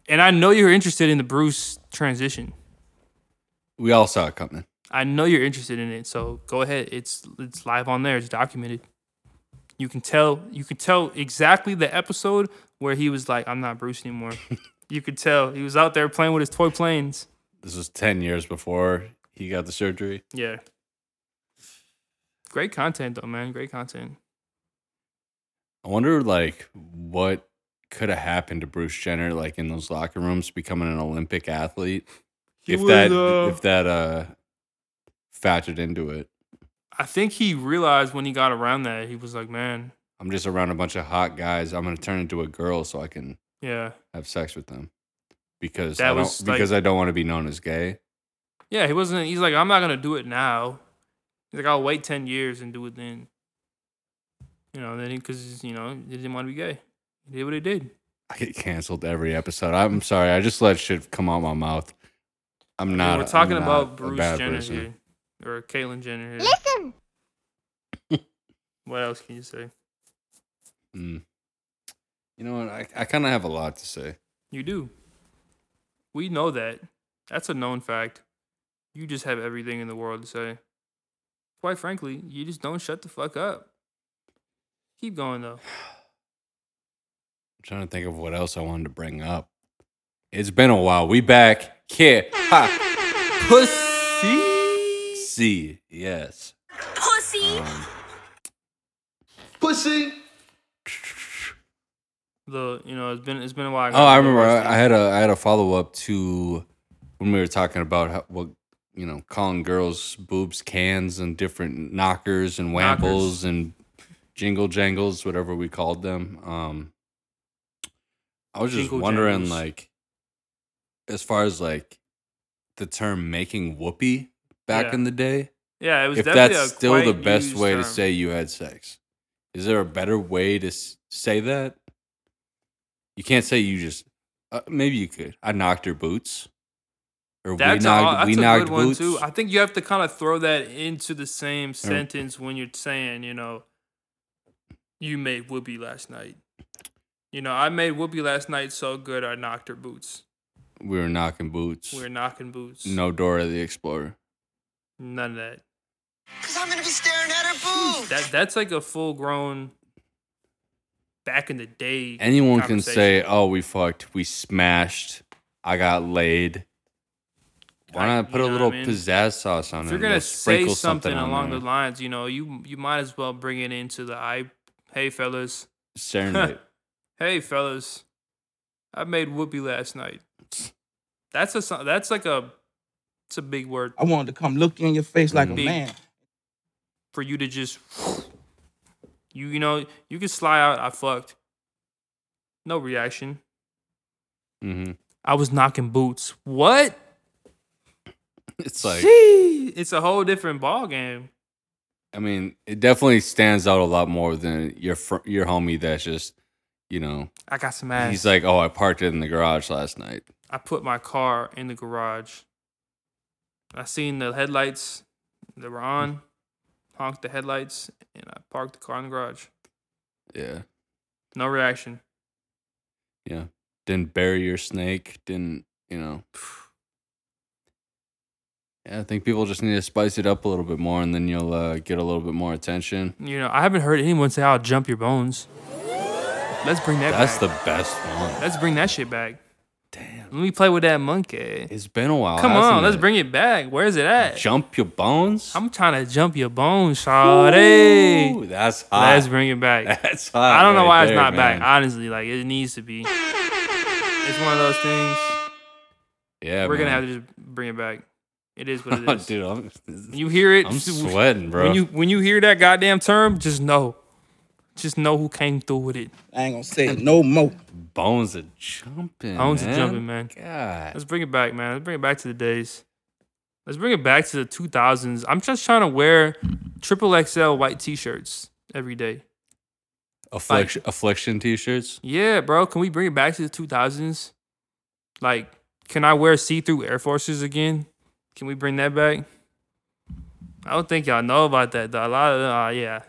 Speaker 2: And I know you're interested in the Bruce transition.
Speaker 1: we all saw it coming.
Speaker 2: I know you're interested in it, so go ahead. It's it's live on there. It's documented. You can tell you can tell exactly the episode where he was like, "I'm not Bruce anymore." you could tell he was out there playing with his toy planes.
Speaker 1: This was ten years before he got the surgery.
Speaker 2: Yeah. Great content though, man. Great content.
Speaker 1: I wonder like what could have happened to Bruce Jenner like in those locker rooms becoming an Olympic athlete
Speaker 2: He
Speaker 1: if
Speaker 2: was,
Speaker 1: that
Speaker 2: uh,
Speaker 1: if that uh factored into it.
Speaker 2: I think he realized when he got around that he was like, "Man,
Speaker 1: I'm just around a bunch of hot guys. I'm gonna turn into a girl so I can
Speaker 2: yeah,
Speaker 1: have sex with them because
Speaker 2: That
Speaker 1: I don't
Speaker 2: was, like-
Speaker 1: because I don't want to be known as gay.
Speaker 2: yeah." He wasn't. He's like, "I'm not gonna do it now." He's like, "I'll wait ten years and do it then." You know, then because you know he didn't want to be gay. He did what he did.
Speaker 1: I get canceled every episode. I'm sorry. I just let shit come out my mouth. I'm
Speaker 2: I mean,
Speaker 1: not.
Speaker 2: we're talking
Speaker 1: I'm not
Speaker 2: about
Speaker 1: a
Speaker 2: Bruce
Speaker 1: bad
Speaker 2: Jenner
Speaker 1: person.
Speaker 2: here, or Caitlyn Jenner here.
Speaker 3: Listen.
Speaker 2: What else can you say?
Speaker 1: Mm. You know what? I, I kind of have a lot to say.
Speaker 2: You do. We know that. That's a known fact. You just have everything in the world to say. Quite frankly, you just don't shut the fuck up. Keep going though.
Speaker 1: I'm trying to think of what else I wanted to bring up. It's been a while. We back. Yeah. Ha. Pussy. Yes. Um,
Speaker 3: Pussy.
Speaker 2: The you know it's been it's been a while.
Speaker 1: Oh, I remember. I, I had a I had a follow up to when we were talking about how, what you know, calling girls boobs cans and different knockers and wamples
Speaker 2: Knockers.
Speaker 1: and jingle jangles, whatever we called them. Um, I was just
Speaker 2: Jingle
Speaker 1: wondering,
Speaker 2: jangles.
Speaker 1: like, as far as like the term "making whoopee" back
Speaker 2: Yeah.
Speaker 1: in the day,
Speaker 2: Yeah, it was
Speaker 1: if
Speaker 2: definitely
Speaker 1: that's
Speaker 2: a
Speaker 1: still the
Speaker 2: quite
Speaker 1: best
Speaker 2: used
Speaker 1: way to
Speaker 2: term.
Speaker 1: say you had sex, is there a better way to s- say that? You can't say you just. Uh, maybe you could. I knocked her boots, or
Speaker 2: That's,
Speaker 1: we knocked.
Speaker 2: a,
Speaker 1: we
Speaker 2: that's a
Speaker 1: knocked
Speaker 2: good one
Speaker 1: boots.
Speaker 2: too. I think you have to kind of throw that into the same sentence when you're saying, you know, you made whoopee last night. You know, I made whoopee last night so good I knocked her boots.
Speaker 1: we were knocking boots.
Speaker 2: We were knocking boots.
Speaker 1: no Dora the Explorer.
Speaker 2: none of that.
Speaker 3: Cause I'm gonna be staring at her boobs.
Speaker 2: That that's like a full grown. Back in the day,
Speaker 1: Anyone can
Speaker 2: conversation.
Speaker 1: say, "Oh, we fucked. We smashed. I got laid." Why
Speaker 2: Like,
Speaker 1: not put a
Speaker 2: you know what
Speaker 1: little
Speaker 2: I mean?
Speaker 1: pizzazz sauce on
Speaker 2: If
Speaker 1: it?
Speaker 2: you're
Speaker 1: a
Speaker 2: gonna
Speaker 1: little
Speaker 2: say
Speaker 1: sprinkle
Speaker 2: something,
Speaker 1: on
Speaker 2: along
Speaker 1: there.
Speaker 2: the lines, you know, you you might as well bring it into the I. Hey, fellas. *laughs*
Speaker 1: serenade.
Speaker 2: hey, fellas. I made whoopee last night. That's a so- that's like a it's a big word
Speaker 4: I wanted to come look you in your face like a
Speaker 2: Big.
Speaker 4: man.
Speaker 2: for you to just you you know you can slide out. I fucked. No reaction.
Speaker 1: hmm
Speaker 2: I was knocking boots. What?
Speaker 1: *laughs* It's like
Speaker 2: Gee, it's a whole different ball game.
Speaker 1: I mean, it definitely stands out a lot more than your fr- your homie that's just, you know,
Speaker 2: I got some ass.
Speaker 1: he's like, "Oh, I parked it in the garage last night."
Speaker 2: I put my car in the garage. I seen the headlights that were on, honked the headlights, and I parked the car in the garage.
Speaker 1: Yeah,
Speaker 2: No reaction.
Speaker 1: yeah. Didn't bury your snake. Didn't you know? Yeah, I think people just need to spice it up a little bit more, and then you'll uh, get a little bit more attention.
Speaker 2: You know, I haven't heard anyone say I'll jump your bones. Let's bring that
Speaker 1: That's
Speaker 2: back.
Speaker 1: the best one.
Speaker 2: let's bring that shit back.
Speaker 1: Damn.
Speaker 2: Let me play with that monkey.
Speaker 1: It's been a while.
Speaker 2: Come
Speaker 1: hasn't
Speaker 2: on, let's
Speaker 1: it?
Speaker 2: bring it back. Where is it at?
Speaker 1: Jump your bones.
Speaker 2: I'm trying to jump your bones, shawty.
Speaker 1: Ooh, that's hot.
Speaker 2: Let's bring it
Speaker 1: *laughs*
Speaker 2: back.
Speaker 1: that's hot.
Speaker 2: I don't know
Speaker 1: right
Speaker 2: why it's
Speaker 1: there,
Speaker 2: not
Speaker 1: man.
Speaker 2: back. Honestly, like it needs to be. It's one of those things.
Speaker 1: yeah,
Speaker 2: We're gonna
Speaker 1: man.
Speaker 2: have to just bring it back. It is
Speaker 1: *laughs*
Speaker 2: what it is.
Speaker 1: dude. I'm,
Speaker 2: When you hear it,
Speaker 1: I'm
Speaker 2: s-
Speaker 1: sweating, bro.
Speaker 2: When you when you hear that goddamn term, just know, just know who came through with it.
Speaker 4: I ain't gonna say it no more.
Speaker 1: bones are jumping.
Speaker 2: Bones are
Speaker 1: man.
Speaker 2: jumping, man.
Speaker 1: God,
Speaker 2: Let's bring it back, man. Let's bring it back to the days. Let's bring it back to the 2000s. I'm just trying to wear triple XL white T-shirts every day.
Speaker 1: affliction, affliction t-shirts.
Speaker 2: Yeah, bro. Can we bring it back to the 2000s? Like, can I wear see-through Air Forces again? Can we bring that back? I don't think y'all know about that. Though. A lot of them, uh, yeah.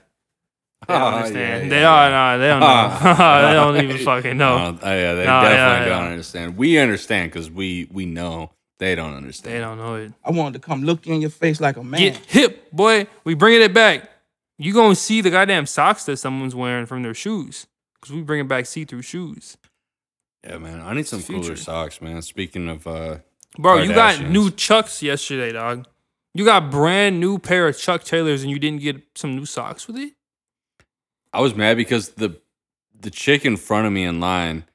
Speaker 2: They don't
Speaker 1: Ah,
Speaker 2: understand.
Speaker 1: yeah,
Speaker 2: they
Speaker 1: yeah,
Speaker 2: are nah, they
Speaker 1: *laughs*
Speaker 2: don't know. *laughs* they don't even fucking
Speaker 1: No,
Speaker 2: know.
Speaker 1: uh, yeah, they
Speaker 2: No, yeah,
Speaker 1: definitely
Speaker 2: yeah.
Speaker 1: don't understand. We understand because we we know they don't understand.
Speaker 2: They don't know it.
Speaker 4: I wanted to come look you in your face like a man.
Speaker 2: Get hip, boy. We bringing it back. You gonna see the goddamn socks that someone's wearing from their shoes. Cause we bringing back see-through shoes.
Speaker 1: Yeah, man. I need some
Speaker 2: Future.
Speaker 1: cooler socks, man. Speaking of, uh,
Speaker 2: Bro, you got
Speaker 1: Kardashians.
Speaker 2: new Chucks yesterday, dog. You got brand new pair of Chuck Taylors and you didn't get some new socks with it?
Speaker 1: I was mad because the the chick in front of me in line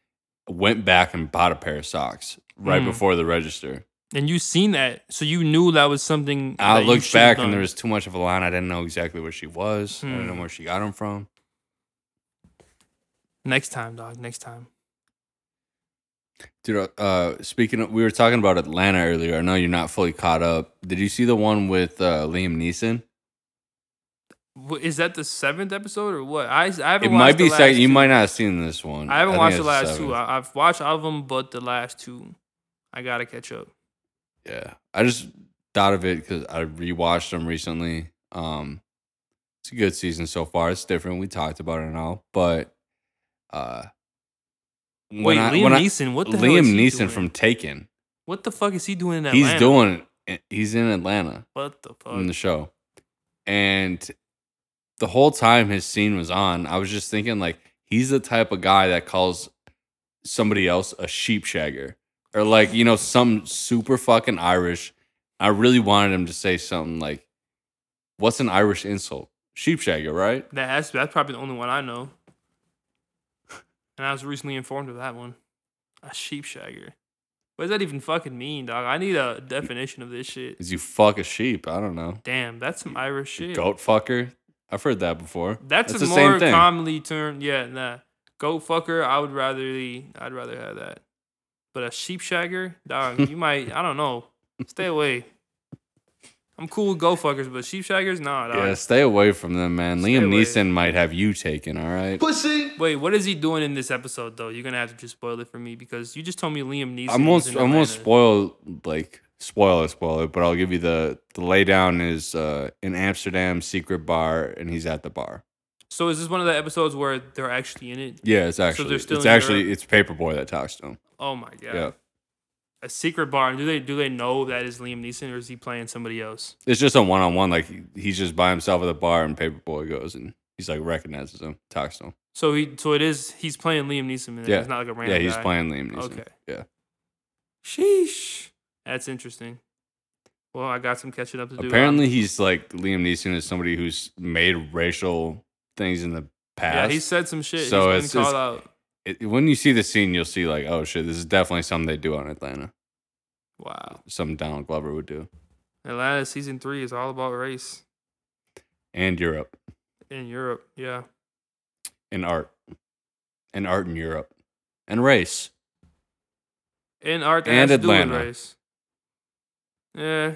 Speaker 1: went back and bought a pair of socks right
Speaker 2: Mm.
Speaker 1: before the register.
Speaker 2: And you seen that, so you knew that was something.
Speaker 1: I
Speaker 2: that you
Speaker 1: looked
Speaker 2: should've
Speaker 1: back and
Speaker 2: done.
Speaker 1: there was too much of a line. I didn't know exactly where she was. I didn't
Speaker 2: Hmm.
Speaker 1: know where she got them from.
Speaker 2: next time, dog. Next time.
Speaker 1: Dude, uh, speaking of, we were talking about Atlanta earlier. I know you're not fully caught up. Did you see the one with uh, Liam Neeson?
Speaker 2: Wh- Is that the seventh episode or what? I, I haven't.
Speaker 1: It
Speaker 2: watched
Speaker 1: might
Speaker 2: the
Speaker 1: be
Speaker 2: last
Speaker 1: second. You
Speaker 2: two.
Speaker 1: might not have seen this one.
Speaker 2: I haven't
Speaker 1: think
Speaker 2: watched the
Speaker 1: it's
Speaker 2: last
Speaker 1: seven.
Speaker 2: two. I, I've watched all of them, but the last two, I gotta catch up.
Speaker 1: Yeah, I just thought of it because I rewatched them recently. Um, it's a good season so far. It's different. We talked about it and all, but uh, when
Speaker 2: Wait,
Speaker 1: I-
Speaker 2: Liam
Speaker 1: when I-
Speaker 2: Neesson. What the hell is
Speaker 1: Liam
Speaker 2: he
Speaker 1: Neeson
Speaker 2: doing?
Speaker 1: from Taken.
Speaker 2: What the fuck is he doing in Atlanta?
Speaker 1: He's doing. it. He's in Atlanta
Speaker 2: What the fuck?
Speaker 1: in the show, and the whole time his scene was on, I was just thinking like he's the type of guy that calls somebody else a sheep shagger or like you know some super fucking Irish. I really wanted him to say something like, "What's an Irish insult? Sheep shagger, right?"
Speaker 2: that has, that's probably the only one I know. And I was recently informed of that one. A sheep shagger. What does that even fucking mean, dog? I need a definition of this shit.
Speaker 1: Is you fuck a sheep? I don't know.
Speaker 2: Damn, that's some Irish shit.
Speaker 1: Goat fucker. I've heard that before.
Speaker 2: That's, a
Speaker 1: the
Speaker 2: more
Speaker 1: same thing.
Speaker 2: commonly term. Yeah, nah. goat fucker, I would rather I'd rather have that. But a sheep shagger, dog,
Speaker 1: *laughs*
Speaker 2: you might I don't know. Stay away. I'm cool with goat fuckers, but sheep shaggers, nah, dog.
Speaker 1: Yeah, stay away from them, man.
Speaker 2: Stay
Speaker 1: Liam
Speaker 2: away.
Speaker 1: Neeson might have you taken, all right?
Speaker 2: Wait, what is he doing in this episode though? You're gonna have to just spoil it for me because you just told me Liam Neeson.
Speaker 1: I won't,
Speaker 2: is in
Speaker 1: I won't
Speaker 2: Atlanta.
Speaker 1: spoil, like, spoiler, spoiler, but I'll give you the, the lay down is uh, in Amsterdam, secret bar, and he's at the bar.
Speaker 2: So is this one of the episodes where they're actually in it?
Speaker 1: Yeah, it's actually,
Speaker 2: they're still
Speaker 1: it's
Speaker 2: in
Speaker 1: actually,
Speaker 2: Europe?
Speaker 1: it's Paperboy that talks to him.
Speaker 2: Oh my god.
Speaker 1: yeah.
Speaker 2: A secret bar. And do they do they know that is Liam Neeson or is he playing somebody else?
Speaker 1: It's just a one on one. Like he- he's just by himself at the bar, and Paperboy goes and he's like recognizes him, talks to him.
Speaker 2: So he so it is he's playing Liam Neeson. And
Speaker 1: Yeah.
Speaker 2: It's not like a random.
Speaker 1: Yeah, he's
Speaker 2: guy.
Speaker 1: playing Liam Neeson.
Speaker 2: Okay.
Speaker 1: Yeah,
Speaker 2: Sheesh. That's interesting. Well, I got some catching up to do. um,
Speaker 1: apparently he's like Liam Neeson is somebody who's made racial things in the past.
Speaker 2: yeah, he said some
Speaker 1: So
Speaker 2: shit. So he's
Speaker 1: it's-
Speaker 2: been
Speaker 1: it's-
Speaker 2: called out.
Speaker 1: It- when you see the scene, you'll see like, oh shit, this is definitely something they do on Atlanta.
Speaker 2: Wow.
Speaker 1: Something Donald Glover would do,
Speaker 2: Atlanta season three is all about race
Speaker 1: and Europe,
Speaker 2: in Europe. Yeah.
Speaker 1: and art, and art in Europe, and race.
Speaker 2: And art that
Speaker 1: And
Speaker 2: has to do with
Speaker 1: Atlanta.
Speaker 2: race. Yeah.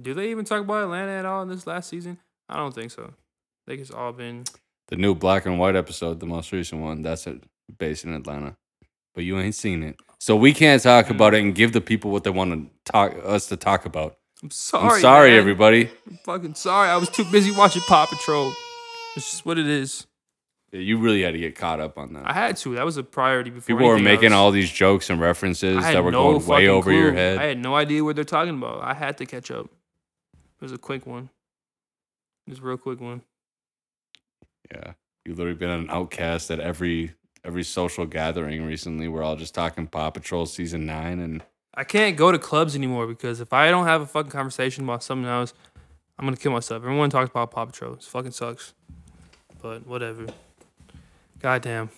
Speaker 2: Do they even talk about Atlanta at all in this last season? I don't think so. I think it's all been
Speaker 1: The new black and white episode, the most recent one, that's it, based in Atlanta. But you ain't seen it. So we can't talk
Speaker 2: Mm-hmm.
Speaker 1: about it and give the people what they want to talk us to talk about.
Speaker 2: I'm
Speaker 1: I'm
Speaker 2: sorry.
Speaker 1: sorry,
Speaker 2: man.
Speaker 1: everybody.
Speaker 2: I'm fucking sorry. I was too busy watching Paw Patrol. It's just what it is.
Speaker 1: Yeah, You really had to get caught up on
Speaker 2: I
Speaker 1: that.
Speaker 2: had to. That was a priority before.
Speaker 1: People were
Speaker 2: anything
Speaker 1: making
Speaker 2: else.
Speaker 1: all these jokes and references
Speaker 2: I had
Speaker 1: that were
Speaker 2: no
Speaker 1: going way
Speaker 2: fucking
Speaker 1: over your
Speaker 2: clue. I
Speaker 1: head.
Speaker 2: had no idea what they're talking about. I had to catch up. It was a quick one. It was a real quick one.
Speaker 1: Yeah. You've literally been an outcast at every every social gathering recently. We're all just talking Paw Patrol season nine and
Speaker 2: I can't go to clubs anymore because if I don't have a fucking conversation about something else, I'm gonna kill myself. Everyone talks about Paw Patrol. It fucking sucks. But whatever. Goddamn.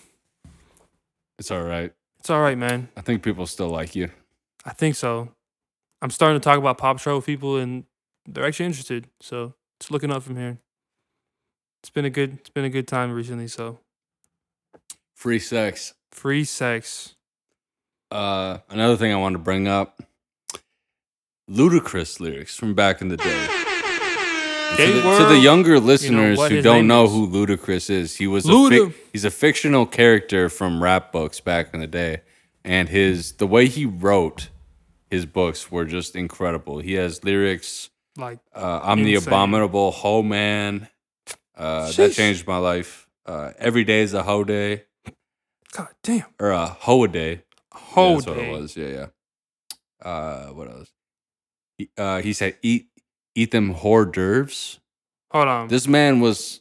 Speaker 1: it's all right.
Speaker 2: It's all right, man.
Speaker 1: I think people still like you.
Speaker 2: I think so. I'm starting to talk about Paw Patrol with people, and they're actually interested. So it's looking up from here. It's been a good. It's been a good time recently. So
Speaker 1: Free sex.
Speaker 2: free sex.
Speaker 1: Uh, another thing I wanted to bring up: ludicrous lyrics from back in the day.
Speaker 2: They
Speaker 1: to, the,
Speaker 2: were-
Speaker 1: to the younger listeners
Speaker 2: what
Speaker 1: who
Speaker 2: his
Speaker 1: don't
Speaker 2: name
Speaker 1: know
Speaker 2: is.
Speaker 1: who Ludacris is, he was a
Speaker 2: Luda.
Speaker 1: fic- he's a fictional character from rap books back in the day, and his the way he wrote his books were just incredible. He has lyrics.
Speaker 2: Like
Speaker 1: Uh, I'm the
Speaker 2: Insane.
Speaker 1: abominable hoe man. Uh, that
Speaker 2: Sheesh.
Speaker 1: changed my life. Uh, every day is a hoe day
Speaker 2: God damn.
Speaker 1: or a hoe a day. Yeah,
Speaker 2: Whole
Speaker 1: that's what it was. Yeah, yeah. Uh, what else? He- Uh, he said, "Eat, eat them hors d'oeuvres."
Speaker 2: Hold on.
Speaker 1: This man was.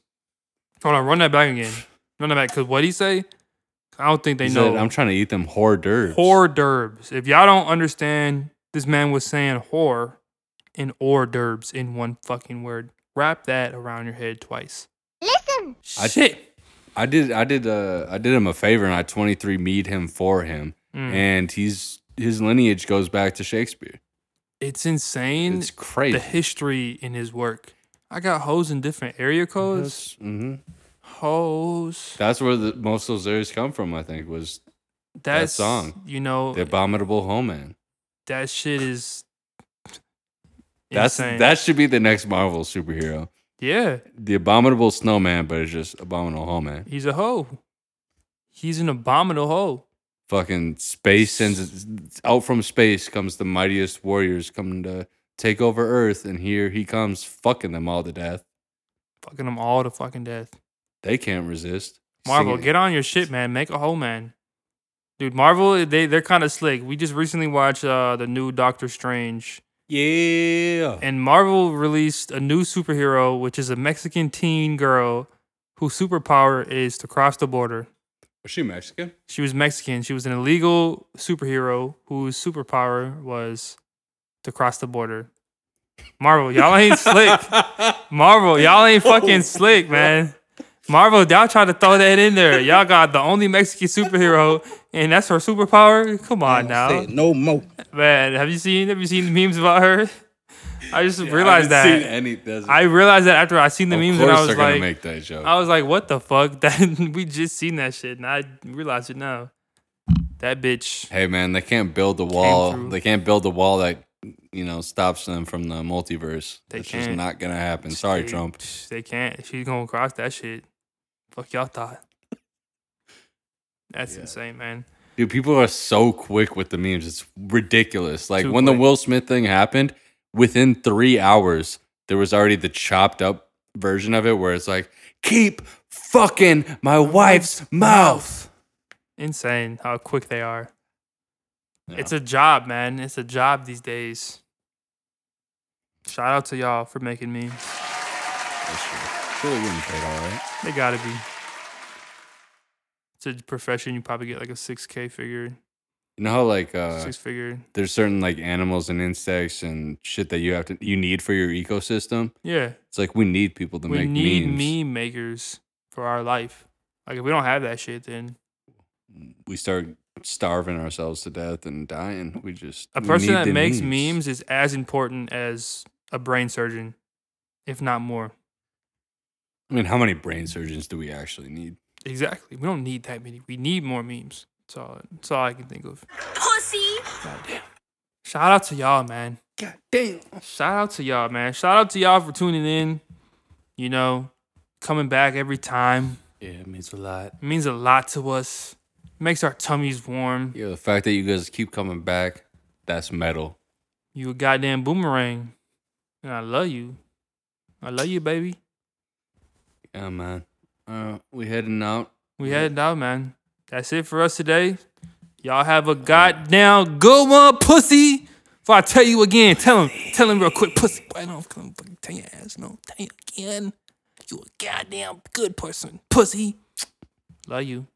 Speaker 2: Hold on. Run that back again. Run that back. Cause what he say? I don't think they
Speaker 1: They
Speaker 2: know.
Speaker 1: said, "I'm trying to eat them hors d'oeuvres."
Speaker 2: hors d'oeuvres. If y'all don't understand, this man was saying whore and hors d'oeuvres in one fucking word. Wrap that around your head twice. Listen.
Speaker 1: I-
Speaker 2: Shit.
Speaker 1: I did. I did. Uh, I did him a favor, and I 23 me'd him for him,
Speaker 2: Mm.
Speaker 1: and he's his lineage goes back to Shakespeare.
Speaker 2: it's insane
Speaker 1: it's crazy.
Speaker 2: the history in his work. I got hoes in different area codes.
Speaker 1: That's, hmm
Speaker 2: Hoes.
Speaker 1: that's where the, most of those lyrics come from. I think was
Speaker 2: That's
Speaker 1: song.
Speaker 2: You know
Speaker 1: the abominable hoe man.
Speaker 2: that shit is.
Speaker 1: That's
Speaker 2: insane.
Speaker 1: that should be the next Marvel superhero,
Speaker 2: Yeah,
Speaker 1: the abominable snowman, but it's just abominable hoe man.
Speaker 2: he's a hoe. He's an abominable hoe.
Speaker 1: fucking space sends out from space comes the mightiest warriors coming to take over earth and here he comes fucking them all to death
Speaker 2: Fucking them all to fucking death.
Speaker 1: they can't resist
Speaker 2: Marvel,
Speaker 1: Sing it.
Speaker 2: get on your shit, man. Make a whole man. Dude, Marvel, they they're kind of slick. We just recently watched uh, the new Doctor Strange,
Speaker 1: yeah
Speaker 2: and Marvel released a new superhero, which is a Mexican teen girl whose superpower is to cross the border.
Speaker 1: was she mexican
Speaker 2: She was Mexican. She was an illegal superhero whose superpower was to cross the border. Marvel, y'all ain't slick. Marvel, y'all ain't fucking slick, man. Marvel, y'all try to throw that in there. Y'all got the only Mexican superhero, and that's her superpower. Come on
Speaker 4: I
Speaker 2: now,
Speaker 4: said no more.
Speaker 2: man. Have you seen Have you seen the memes about her? I just realized
Speaker 1: I haven't
Speaker 2: that.
Speaker 1: seen any- that's-
Speaker 2: I realized that after I seen the
Speaker 1: of
Speaker 2: memes,
Speaker 1: course
Speaker 2: and I
Speaker 1: they're
Speaker 2: was
Speaker 1: gonna
Speaker 2: like,
Speaker 1: make that joke.
Speaker 2: I was like, what the fuck? *laughs* That we just seen that shit, and I realize it now. That bitch.
Speaker 1: hey man, they can't build the wall.
Speaker 2: through.
Speaker 1: They can't build the wall that you know stops them from the multiverse.
Speaker 2: They
Speaker 1: That's just
Speaker 2: can't.
Speaker 1: not gonna happen. Sorry,
Speaker 2: they-
Speaker 1: Trump.
Speaker 2: They can't. She's gonna cross that shit. Fuck y'all thought. That's
Speaker 1: Yeah.
Speaker 2: insane, man.
Speaker 1: Dude, people are so quick with the memes. It's ridiculous. Like
Speaker 2: Too
Speaker 1: when the
Speaker 2: quick.
Speaker 1: Will Smith thing happened, within three hours, there was already the chopped up version of it where it's like, keep fucking my wife's mouth.
Speaker 2: Insane how quick they are.
Speaker 1: Yeah.
Speaker 2: It's a job, man. It's a job these days. Shout out to y'all for making memes.
Speaker 1: That's true. Surely wouldn't pay it all right.
Speaker 2: They gotta be. It's a profession. You probably get like a six K figure,
Speaker 1: You know how like uh,
Speaker 2: six figure.
Speaker 1: there's certain like animals and insects and shit that you have to you need for your ecosystem.
Speaker 2: Yeah,
Speaker 1: It's like we need people to
Speaker 2: we
Speaker 1: make
Speaker 2: need
Speaker 1: memes.
Speaker 2: meme makers for our life. Like if we don't have that shit, then
Speaker 1: We start starving ourselves to death and dying. We just
Speaker 2: a
Speaker 1: we
Speaker 2: person
Speaker 1: need
Speaker 2: that
Speaker 1: the
Speaker 2: makes memes is as important as a brain surgeon, if not more.
Speaker 1: I mean, how many brain surgeons do we actually need?
Speaker 2: Exactly. We don't need that many. We need more memes. That's all. That's all I can think of.
Speaker 5: Pussy.
Speaker 2: Goddamn. Shout out to y'all, man.
Speaker 1: God damn.
Speaker 2: Shout out to y'all, man. Shout out to y'all for tuning in. You know, coming back every time
Speaker 1: Yeah, it means a lot.
Speaker 2: it means a lot to us. Makes our tummies warm.
Speaker 1: Yeah, the fact that you guys keep coming back, that's metal.
Speaker 2: You a goddamn boomerang, and I love you. I love you, baby.
Speaker 1: Yeah, man. Uh, we heading out.
Speaker 2: We headed out, man. That's it for us today. Y'all have a goddamn good one, pussy. If I tell you again, tell him, tell him real quick, pussy. Why don't come fucking tell your ass? No, tell you again. You a goddamn good person, pussy. Love you.